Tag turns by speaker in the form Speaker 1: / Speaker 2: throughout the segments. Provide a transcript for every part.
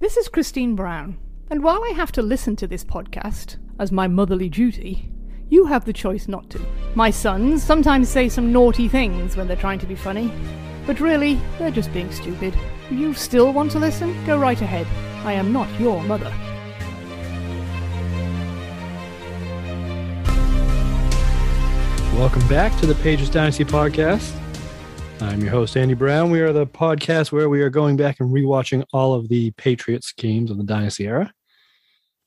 Speaker 1: This is Christine Brown, and while I have to listen to this podcast as my motherly duty, you have the choice not to. My sons sometimes say some naughty things when they're trying to be funny, but really, they're just being stupid. You still want to listen? Go right ahead. I am not your mother.
Speaker 2: Welcome back to the Pages Dynasty podcast. I'm your host, Andy Brown. We are the podcast where we are going back and rewatching all of the Patriots games of the Dynasty era.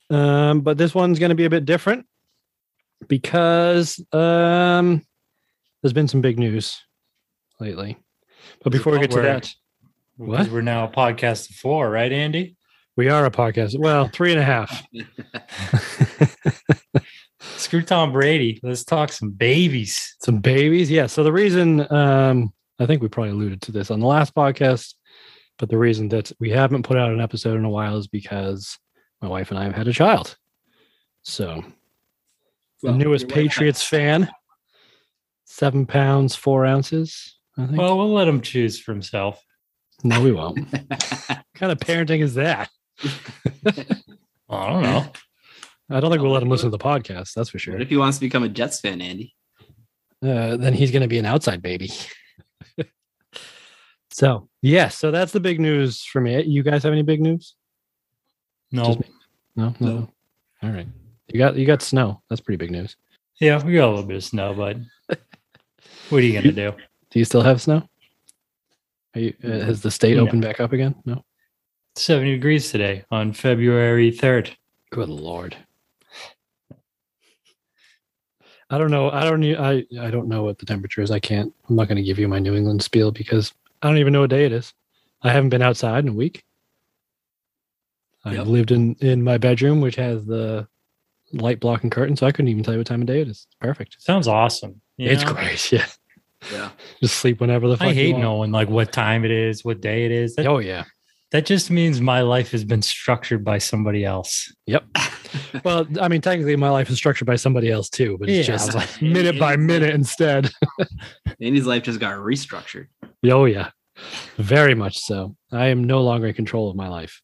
Speaker 2: Um, but this one's going to be a bit different because um, there's been some big news lately. But before we get to
Speaker 3: Where-
Speaker 2: that,
Speaker 3: Because
Speaker 2: What?
Speaker 3: We're now a podcast of four, right, Andy?
Speaker 2: we are a podcast. Well, three and a half.
Speaker 3: Screw Tom Brady. Let's talk some babies.
Speaker 2: some babies yeah so the reason um i think we probably alluded to this on the last podcast but the reason that we haven't put out an episode in a while is because my wife and i have had a child so the newest
Speaker 4: your wife-
Speaker 2: patriots fan seven pounds four ounces i think
Speaker 3: Well, we'll let him choose for himself.
Speaker 2: no we won't what kind of parenting is that
Speaker 3: I don't know.
Speaker 2: i don't think we'll let him listen to the podcast that's for sure
Speaker 4: What if he wants to become a Jets fan, Andy?
Speaker 2: uh, then he's going to be an outside baby. so, yeah, so that's the big news for me. You guys have any big news?
Speaker 3: No.
Speaker 2: Just No, no.
Speaker 4: No.
Speaker 2: All right. You got you got snow. That's pretty big news.
Speaker 3: Yeah, we got a little bit of snow, but what are you gonna do?
Speaker 2: Do you still have snow? Are you, uh, has the state
Speaker 3: No.
Speaker 2: opened back up again? No.
Speaker 3: Seventy degrees today on February third.
Speaker 2: Good lord. I don't know. I don't. e- I I don't know what the temperature is. I can't. I'm not going to give you my New England spiel because I don't even know what day it is. I haven't been outside in a week. I've
Speaker 4: Yep.
Speaker 2: lived in in my bedroom, which has the light blocking curtain, so I couldn't even tell you what time of day it is. It's perfect.
Speaker 3: Sounds awesome. you
Speaker 2: It's
Speaker 3: know?
Speaker 2: great. Yeah,
Speaker 4: Yeah.
Speaker 2: just sleep whenever the fuck
Speaker 3: I
Speaker 2: you
Speaker 3: hate
Speaker 2: want.
Speaker 3: knowing like what time it is, what day it is. That,
Speaker 2: Oh yeah.
Speaker 3: that just means my life has been structured by somebody else.
Speaker 2: Well, I mean, technically, my life is structured by somebody else too, but it's
Speaker 3: Yeah.
Speaker 2: just minute by minute instead.
Speaker 4: Andy's life just got restructured.
Speaker 2: Oh yeah, very much so. I am no longer in control of my life.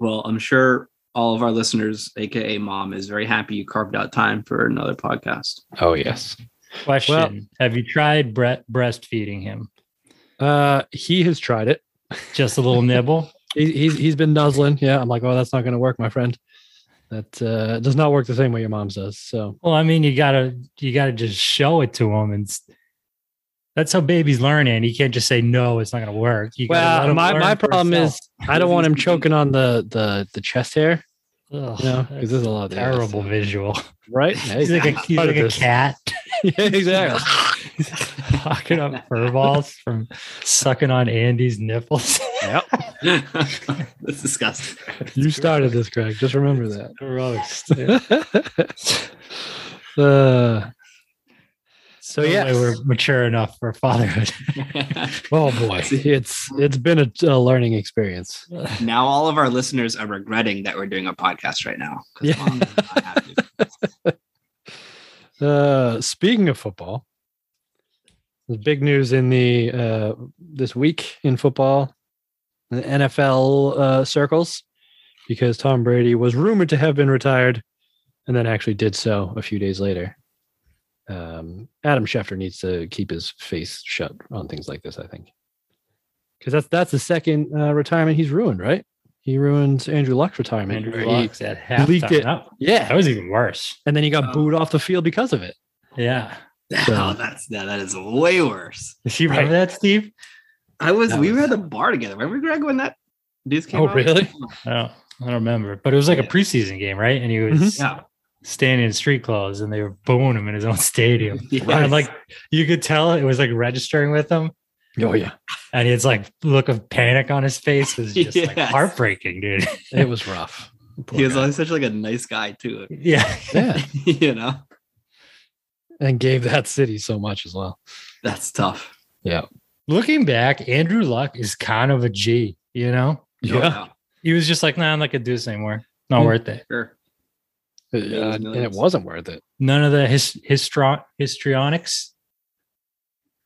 Speaker 4: Well, I'm sure all of our listeners, aka mom, is very happy you carved out time for another podcast.
Speaker 2: Oh yes.
Speaker 3: Question: Have you tried bre- breastfeeding him?
Speaker 2: Uh, he has tried it.
Speaker 3: Just a little nibble.
Speaker 2: He, he's he's been nuzzling. Yeah, I'm like, oh, that's not going to work, my friend. That uh, does not work the same way your mom's does. So
Speaker 3: Well, I mean, you gotta you gotta just show it to him, and s- that's how babies learn. And you can't just say no; it's not gonna work. You gotta let
Speaker 2: well,
Speaker 3: 'em
Speaker 2: my,
Speaker 3: learn
Speaker 2: my
Speaker 3: for
Speaker 2: problem is
Speaker 3: itself.
Speaker 2: I don't want him choking on the the the chest hair.
Speaker 3: Ugh,
Speaker 2: You know, because there's a lot of yeah,
Speaker 3: terrible visual.
Speaker 2: right?
Speaker 3: He's like a he's
Speaker 2: part
Speaker 3: like
Speaker 2: of
Speaker 3: a
Speaker 2: this.
Speaker 3: cat
Speaker 2: yeah, exactly.
Speaker 3: pocking up fur balls from sucking on Andy's nipples.
Speaker 2: yep.
Speaker 4: That's disgusting.
Speaker 2: You started this, Greg. Just remember that.
Speaker 3: Gross.
Speaker 2: uh, so
Speaker 3: No
Speaker 2: yeah,
Speaker 3: way we're mature enough for fatherhood.
Speaker 2: Oh boy, it's it's been a, a learning experience.
Speaker 4: now all of our listeners are regretting that we're doing a podcast right now. 'cause
Speaker 2: Yeah.
Speaker 4: Mom is not happy.
Speaker 2: Uh, speaking of football, the big news in the uh, this week in football, the NFL uh, circles, because Tom Brady was rumored to have been retired, and then actually did so a few days later. Um, Adam Schefter needs to keep his face shut on things like this, I think, because that's that's the second uh, retirement he's ruined, right? He ruined Andrew Luck's retirement.
Speaker 3: Andrew
Speaker 2: where he-
Speaker 3: Luck's at halftime.
Speaker 2: leaked it.
Speaker 3: That-
Speaker 2: yeah,
Speaker 3: that was even worse.
Speaker 2: and then he got
Speaker 4: Oh.
Speaker 2: booed off the field because of it.
Speaker 3: Yeah.
Speaker 4: Oh, that's that, that is way worse.
Speaker 3: Did you remember that, Steve?
Speaker 4: I was
Speaker 2: That
Speaker 4: we were
Speaker 2: was-
Speaker 4: at the bar together. Remember Greg when that news came
Speaker 2: Oh,
Speaker 4: out?
Speaker 2: really?
Speaker 3: I don't, I don't remember, but it was like a
Speaker 4: Yeah.
Speaker 3: preseason game, right? And he was
Speaker 2: Mhm.
Speaker 4: Yeah.
Speaker 3: standing in street clothes, and they were booing him in his own stadium.
Speaker 4: Yeah.
Speaker 3: And like you could tell, it was like registering with him,
Speaker 2: Oh yeah,
Speaker 3: and it's like look of panic on his face was just like
Speaker 4: Yes.
Speaker 3: heartbreaking, dude.
Speaker 2: it was rough. Poor
Speaker 4: he was
Speaker 2: guy.
Speaker 4: always such like a nice guy too.
Speaker 3: yeah,
Speaker 2: yeah,
Speaker 4: you know,
Speaker 2: and gave that city so much as well.
Speaker 4: that's tough.
Speaker 3: looking back, Andrew Luck is kind of a G. You know,
Speaker 2: Yeah,
Speaker 3: he was just like, nah, I'm not gonna do this anymore. Not
Speaker 2: Hmm.
Speaker 3: worth it.
Speaker 4: Sure.
Speaker 2: Uh, and it
Speaker 4: millions.
Speaker 2: wasn't worth it.
Speaker 3: None of the his histro- histrionics. Is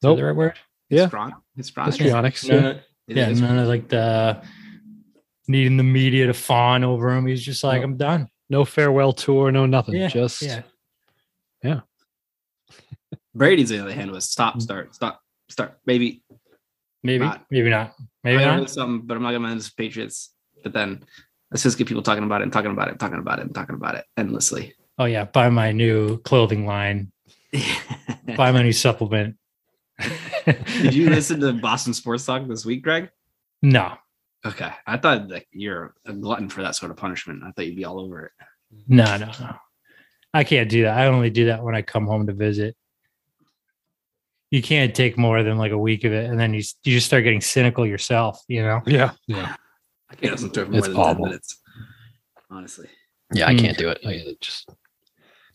Speaker 3: that
Speaker 2: Nope.
Speaker 3: the right word?
Speaker 2: Yeah.
Speaker 4: Strong. It's strong.
Speaker 2: Histrionics.
Speaker 3: No, no, yeah, none of like the needing the media to fawn over him. He's just like,
Speaker 2: No.
Speaker 3: I'm done.
Speaker 2: No farewell tour, no nothing.
Speaker 3: Yeah,
Speaker 2: Just
Speaker 3: yeah.
Speaker 4: Brady's on the other hand was stop,
Speaker 2: Mm.
Speaker 4: start, stop, start. Maybe
Speaker 3: Maybe,
Speaker 4: Not-
Speaker 3: maybe not.
Speaker 4: I
Speaker 3: Maybe
Speaker 4: mean, I
Speaker 3: not.
Speaker 4: wrote something, but I'm not gonna end this with Patriots. But then let's just get people talking about it and talking about it and talking about it and talking about it endlessly.
Speaker 3: Oh yeah, buy my new clothing line.
Speaker 4: Did
Speaker 3: Buy my new supplement. Did
Speaker 4: you listen to Boston Sports Talk this week, Greg?
Speaker 3: No,
Speaker 4: Okay. I thought that you're a glutton for that sort of punishment. I thought you'd be all over it.
Speaker 3: no, no, no. I can't do that. I only do that when I come home to visit. You can't take more than like a week of it, and then you s- you just start getting cynical yourself. You know.
Speaker 2: yeah, yeah.
Speaker 4: I can't listen to it for
Speaker 2: It's
Speaker 4: more than
Speaker 2: awful.
Speaker 4: 10 minutes. Honestly.
Speaker 2: Yeah, I
Speaker 3: Mm.
Speaker 2: can't do it. I it just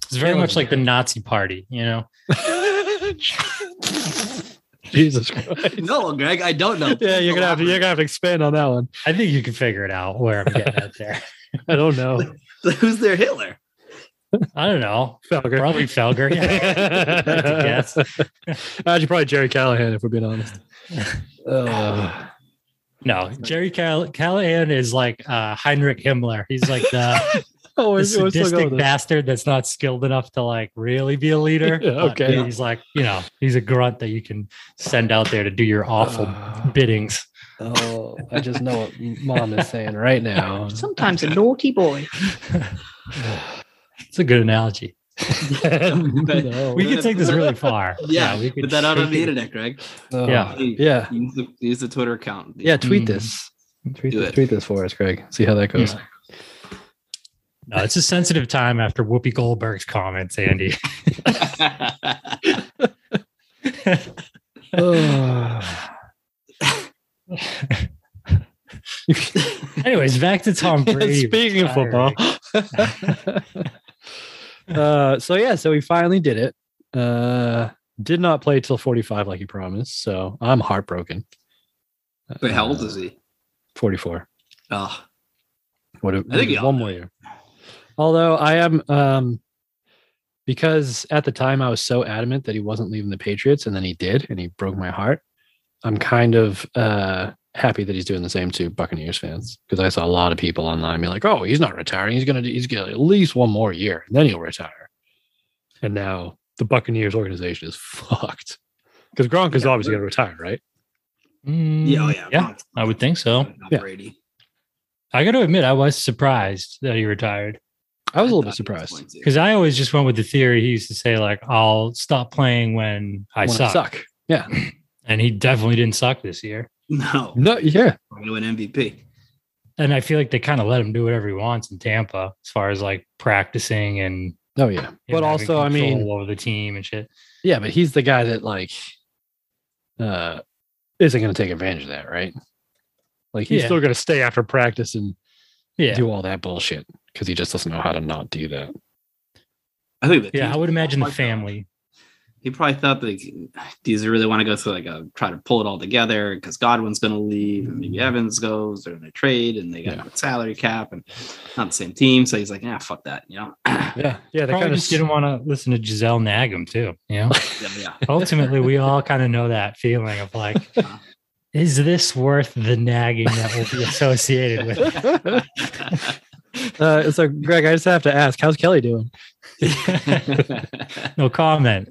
Speaker 3: It's very
Speaker 2: Yeah,
Speaker 3: much
Speaker 2: like-
Speaker 3: like the Nazi party, you know.
Speaker 2: Jesus Christ.
Speaker 4: No, Greg, I don't know.
Speaker 2: Yeah, you're gonna have to you're
Speaker 4: Elaborate.
Speaker 2: gonna have to expand on that one.
Speaker 3: I think you can figure it out where I'm getting at there.
Speaker 2: I don't know.
Speaker 4: Who's their Hitler?
Speaker 3: I don't know.
Speaker 2: Felger.
Speaker 3: Probably Felger. Yeah. That's a guess.
Speaker 2: Actually, probably Jerry Callahan, if we're being honest. Uh,
Speaker 3: No, Jerry Call- Callahan is like uh, Heinrich Himmler. He's like the,
Speaker 2: oh,
Speaker 3: the
Speaker 2: we're- we're still going
Speaker 3: sadistic
Speaker 2: with this.
Speaker 3: bastard that's not skilled enough to like really be a leader.
Speaker 2: Yeah,
Speaker 3: but
Speaker 2: okay.
Speaker 3: He's like, you know, he's a grunt that you can send out there to do your awful
Speaker 2: Uh,
Speaker 3: biddings.
Speaker 2: oh, I just know what mom is saying right now.
Speaker 1: Sometimes a naughty boy.
Speaker 3: It's a good analogy.
Speaker 4: But-
Speaker 2: No.
Speaker 3: We could take this really far.
Speaker 4: yeah,
Speaker 3: we could
Speaker 4: put that out on
Speaker 3: shake
Speaker 4: the
Speaker 3: it.
Speaker 4: internet, Greg.
Speaker 2: Oh,
Speaker 3: yeah.
Speaker 2: Yeah.
Speaker 4: Use the, use the Twitter account.
Speaker 2: Yeah, tweet
Speaker 3: Mm.
Speaker 2: this. Tweet,
Speaker 4: Do
Speaker 2: this-
Speaker 4: it.
Speaker 2: tweet this for us, Greg. See how that goes.
Speaker 3: No, it's a sensitive time after Whoopi Goldberg's comments, Andy.
Speaker 2: Oh.
Speaker 3: Anyways, back to Tom
Speaker 2: And
Speaker 3: Brady.
Speaker 2: Speaking of football.
Speaker 3: retiring.
Speaker 2: uh, so yeah, so he finally did it. Uh, did not play till 45 like he promised. So I'm heartbroken.
Speaker 4: but how old
Speaker 2: Uh,
Speaker 4: is he?
Speaker 2: 44?
Speaker 4: Oh,
Speaker 2: What
Speaker 4: I think he
Speaker 2: one
Speaker 4: ought
Speaker 2: more year. Although I am um because at the time I was so adamant that he wasn't leaving the Patriots and then he did and he broke my heart. I'm kind of uh happy that he's doing the same to Buccaneers fans because I saw a lot of people online be like, "Oh, he's not retiring. He's going to he's going to at least one more year and then he'll retire." And now the Buccaneers organization is fucked. Cuz Gronk is
Speaker 4: Yeah.
Speaker 2: obviously going to retire, right?
Speaker 3: Mm,
Speaker 4: yeah, oh, yeah.
Speaker 3: Yeah, I would think so.
Speaker 4: Not
Speaker 2: Yeah.
Speaker 4: Brady.
Speaker 3: I got to admit, I was surprised that he retired
Speaker 2: I was a
Speaker 4: a
Speaker 2: little bit surprised.
Speaker 3: because I always just went with the theory he used to say, like, I'll stop playing when I
Speaker 2: When
Speaker 3: suck.
Speaker 2: suck. Yeah.
Speaker 3: And he definitely didn't suck this year.
Speaker 4: No,
Speaker 3: Mm.
Speaker 2: No, yeah.
Speaker 4: I'm going to win MVP.
Speaker 3: And I feel like they kind of let him do whatever he wants in Tampa as far as like practicing and.
Speaker 2: Oh yeah.
Speaker 3: him
Speaker 2: But
Speaker 3: having
Speaker 2: also, I
Speaker 3: control
Speaker 2: mean,
Speaker 3: over the team and shit.
Speaker 2: Yeah, but he's the guy that like uh isn't going to take advantage of that, right? Like he's
Speaker 3: Yeah.
Speaker 2: still going to stay after practice and
Speaker 3: Yeah.
Speaker 2: do all that bullshit because he just doesn't know how to not do that.
Speaker 4: I think the
Speaker 3: yeah. I
Speaker 4: team-
Speaker 3: would imagine the
Speaker 4: Like that.
Speaker 3: family.
Speaker 4: he probably thought like, does he really want to go through like a try to pull it all together because Godwin's going to leave and
Speaker 3: Mm.
Speaker 4: maybe Evans goes, they're going to trade and they got
Speaker 2: Yeah.
Speaker 4: a salary cap and not the same team. So he's like, yeah, fuck that, you know? yeah,
Speaker 2: Yeah, yeah, they
Speaker 3: Probably
Speaker 2: kind of
Speaker 3: just didn't want to listen to Giselle nag him too. You know,
Speaker 4: yeah.
Speaker 3: ultimately, we all kind of know that feeling of like, is this worth the nagging that will be associated with? it?
Speaker 2: uh, so, Greg, I just have to ask, how's Kelly doing?
Speaker 4: At
Speaker 3: No comment.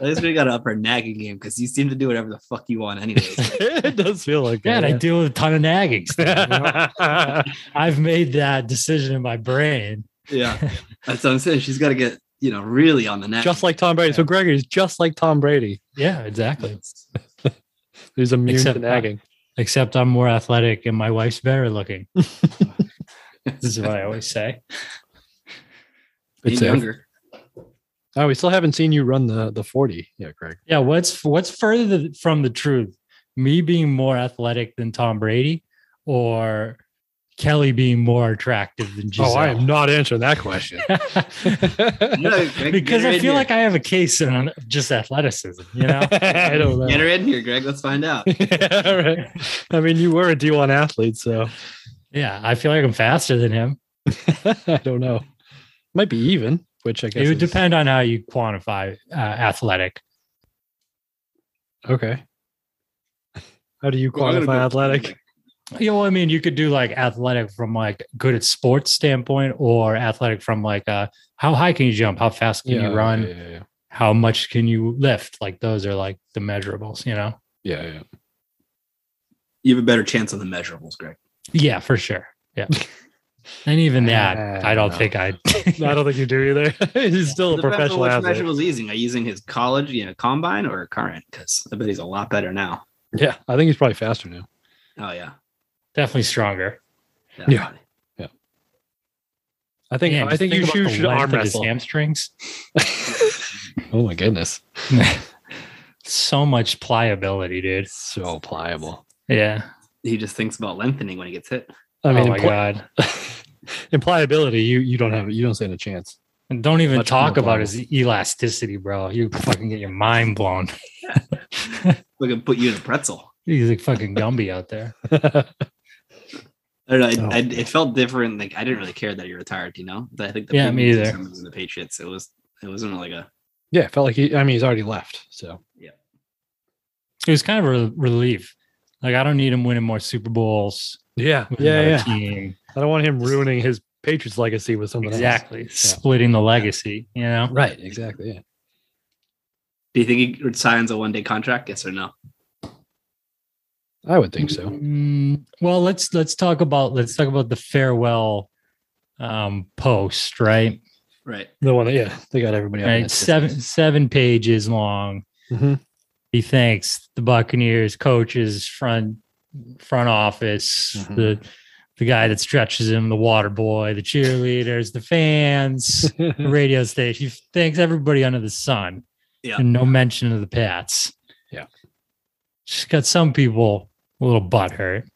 Speaker 4: least we got to up our nagging game because you seem to do whatever the fuck you want, anyways.
Speaker 2: it does feel like
Speaker 3: God,
Speaker 2: that.
Speaker 3: I deal with a ton of nagging. Stuff, you know?
Speaker 2: yeah.
Speaker 3: I've made that decision in my brain.
Speaker 4: yeah, that's what I'm saying. She's got to get you know really on the nag.
Speaker 2: just like Tom Brady. So Gregory's just like Tom Brady.
Speaker 3: Yeah, exactly.
Speaker 2: He's immune
Speaker 3: Except
Speaker 2: to
Speaker 3: not.
Speaker 2: nagging.
Speaker 3: Except I'm more athletic and my wife's better looking. This is what I always say.
Speaker 4: Being
Speaker 2: It's safe.
Speaker 4: younger.
Speaker 2: Oh, we still haven't seen you run the the forty yet, Greg.
Speaker 3: Yeah, what's what's further th- from the truth? Me being more athletic than Tom Brady, or Kelly being more attractive than Giselle?
Speaker 2: Oh, I am not answering that question.
Speaker 4: No, Greg,
Speaker 3: because
Speaker 4: get her
Speaker 3: I
Speaker 4: in
Speaker 3: feel
Speaker 4: here.
Speaker 3: like I have a case on just athleticism. You know,
Speaker 2: I don't know.
Speaker 4: get her in here, Greg. Let's find out.
Speaker 2: yeah, all right. I mean, you were a D1 athlete, so
Speaker 3: yeah, I feel like I'm faster than him.
Speaker 2: I don't know. Might be even, which I guess
Speaker 3: It would
Speaker 2: is-
Speaker 3: depend on how you quantify uh, athletic.
Speaker 2: Okay. How do you
Speaker 5: Well, I'm gonna
Speaker 2: qualify
Speaker 5: go-
Speaker 2: athletic?
Speaker 3: You know, what I mean, you could do like athletic from like good at sports standpoint, or athletic from like uh, how high can you jump, how fast can you run,
Speaker 5: Yeah, yeah, yeah.
Speaker 3: how much can you lift? Like those are like the measurables, you know?
Speaker 5: yeah, yeah.
Speaker 4: You have a better chance on the measurables, Greg.
Speaker 3: Yeah, for sure. Yeah, and even that,
Speaker 2: Ah,
Speaker 3: I don't
Speaker 5: no.
Speaker 3: think I.
Speaker 2: I don't think you do either. He's still a
Speaker 4: Depends on
Speaker 2: professional
Speaker 4: which
Speaker 2: athlete.
Speaker 4: measurables he's using. Are you using his college, you know, combine or current? Because I bet he's a lot better now.
Speaker 2: Yeah, I think he's probably faster now.
Speaker 4: Oh yeah.
Speaker 3: definitely stronger.
Speaker 4: definitely.
Speaker 2: I think.
Speaker 3: Man,
Speaker 2: I
Speaker 3: just
Speaker 2: think, you
Speaker 3: about
Speaker 2: should,
Speaker 3: the
Speaker 2: should arm
Speaker 3: length of his
Speaker 2: wrestle.
Speaker 3: hamstrings.
Speaker 2: oh my goodness,
Speaker 3: so much pliability, dude.
Speaker 2: so pliable.
Speaker 3: Yeah.
Speaker 4: He just thinks about lengthening when he gets hit.
Speaker 2: I mean,
Speaker 3: oh my
Speaker 2: impl-
Speaker 3: god.
Speaker 2: in pliability, you you don't have you don't stand a chance.
Speaker 3: And don't even
Speaker 2: Much
Speaker 3: talk
Speaker 2: more
Speaker 3: about his elasticity, bro. You fucking get your mind blown.
Speaker 4: Look at put you in a pretzel.
Speaker 3: He's like fucking Gumby out there.
Speaker 4: I don't
Speaker 2: Oh.
Speaker 4: know. I, I, it felt different. Like I didn't really care that he retired. You know, I think the
Speaker 3: Yeah, me
Speaker 4: previous
Speaker 3: either.
Speaker 4: season was in The Patriots. It was. It wasn't like a.
Speaker 2: yeah, it felt like he. I mean, he's already left. So
Speaker 3: It was kind of a relief. Like I don't need him winning more Super Bowls.
Speaker 2: yeah,
Speaker 3: with
Speaker 2: yeah,
Speaker 3: another
Speaker 2: yeah.
Speaker 3: Team.
Speaker 2: I don't want him ruining his Patriots legacy with something
Speaker 3: Exactly. Splitting the legacy. You
Speaker 2: else.
Speaker 3: know.
Speaker 2: Right. Exactly. Yeah.
Speaker 4: Do you think he signs a one-day contract? Yes or no?
Speaker 2: I would think so.
Speaker 3: Mm, well, let's let's talk about let's talk about the farewell um post right
Speaker 4: Right.
Speaker 2: The one that yeah, they got everybody. up in
Speaker 3: right
Speaker 2: that
Speaker 3: seven seven pages long
Speaker 2: system.
Speaker 3: he thanks the Buccaneers coaches, front front office,
Speaker 2: Mhm.
Speaker 3: the the guy that stretches him, the water boy, the cheerleaders, the fans, the
Speaker 2: Mhm.
Speaker 3: radio station. He thanks everybody under the sun.
Speaker 4: Yeah.
Speaker 3: And no mention of the Pats.
Speaker 2: Yeah.
Speaker 3: Just got some people a little butthurt.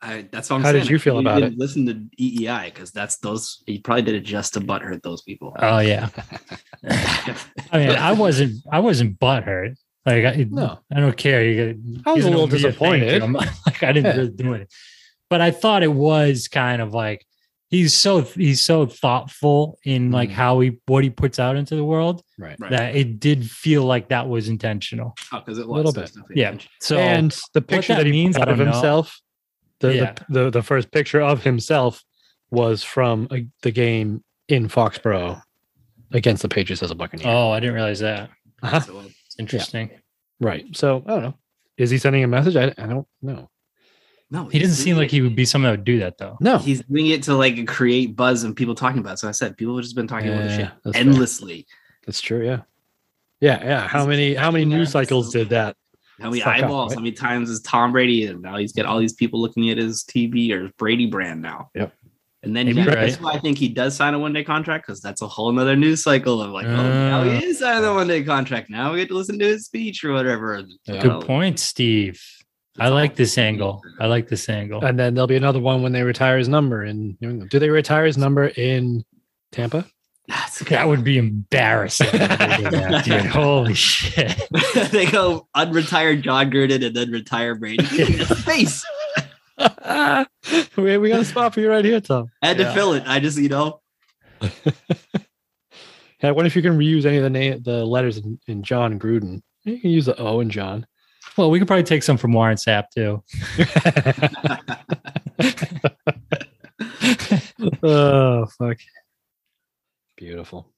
Speaker 4: I, that's what I'm
Speaker 2: How
Speaker 4: saying.
Speaker 2: did you feel about
Speaker 4: it? Listen to E EEI because that's those. He probably did it just to butthurt those people.
Speaker 3: Oh yeah. I mean, I wasn't I wasn't butthurt. Like I,
Speaker 2: no,
Speaker 3: I don't care. You got,
Speaker 2: I was
Speaker 3: you
Speaker 2: a
Speaker 3: know,
Speaker 2: little
Speaker 3: me a thank
Speaker 2: disappointed.
Speaker 3: you. I'm not- like I didn't
Speaker 2: Yeah.
Speaker 3: really do it, but I thought it was kind of like he's so he's so thoughtful in like
Speaker 2: Mhm.
Speaker 3: how he what he puts out into the world
Speaker 2: right.
Speaker 4: Right.
Speaker 3: that it did feel like that was intentional.
Speaker 4: because Oh, it was
Speaker 2: Little
Speaker 4: there's
Speaker 2: bit.
Speaker 4: nothing
Speaker 3: Yeah.
Speaker 4: much.
Speaker 3: So
Speaker 2: and the picture
Speaker 3: that
Speaker 2: that, he means
Speaker 3: means, I
Speaker 2: out of
Speaker 3: don't know.
Speaker 2: himself, the,
Speaker 3: Yeah.
Speaker 2: the the the first picture of himself was from a, the game in Foxborough against the Patriots as a Buccaneer.
Speaker 3: oh, I didn't realize that.
Speaker 2: Uh-huh.
Speaker 4: So, uh,
Speaker 3: It's interesting.
Speaker 2: Right. So I don't know. Is he sending a message? I, I don't know.
Speaker 4: no,
Speaker 3: He didn't
Speaker 4: he's
Speaker 3: seem
Speaker 4: doing
Speaker 3: like he
Speaker 4: it-
Speaker 3: would be someone that would do that though.
Speaker 2: No.
Speaker 4: He's doing it to like create buzz and people talking about. it. So I said people have just been talking about this
Speaker 2: Yeah,
Speaker 4: shit
Speaker 2: that's fair.
Speaker 4: endlessly.
Speaker 2: That's true. Yeah. Yeah. Yeah. How many how many news cycles did that?
Speaker 4: How many
Speaker 2: Fuck up,
Speaker 4: eyeballs?
Speaker 2: right?
Speaker 4: How many times is Tom Brady? And now he's got all these people looking at his TV or his Brady brand now.
Speaker 2: Yep.
Speaker 4: And then
Speaker 3: Maybe
Speaker 4: yeah,
Speaker 3: you're
Speaker 4: that's why I think he does sign a one day contract because that's a whole nother news cycle of like, oh, now
Speaker 3: Uh.
Speaker 4: he is signing a one day contract. Now we get to listen to his speech or whatever.
Speaker 2: Yeah.
Speaker 3: Good point, Steve. I like this angle. I like this angle.
Speaker 2: And then there'll be another one when they retire his number in New England. Do they retire his number in Tampa?
Speaker 4: That's
Speaker 3: That would be embarrassing. if they did that, dude. Holy shit.
Speaker 4: they go unretire John Gruden and then retire Brady in his face.
Speaker 2: we, we got a spot for you right here, Tom.
Speaker 4: I had to
Speaker 3: Yeah.
Speaker 4: fill it. I just, you know,
Speaker 2: Yeah, I wonder if you can reuse any of the name the letters in, in John Gruden. You can use the O in John.
Speaker 3: Well, we could probably take some from Warren Sapp too.
Speaker 2: oh fuck. Beautiful.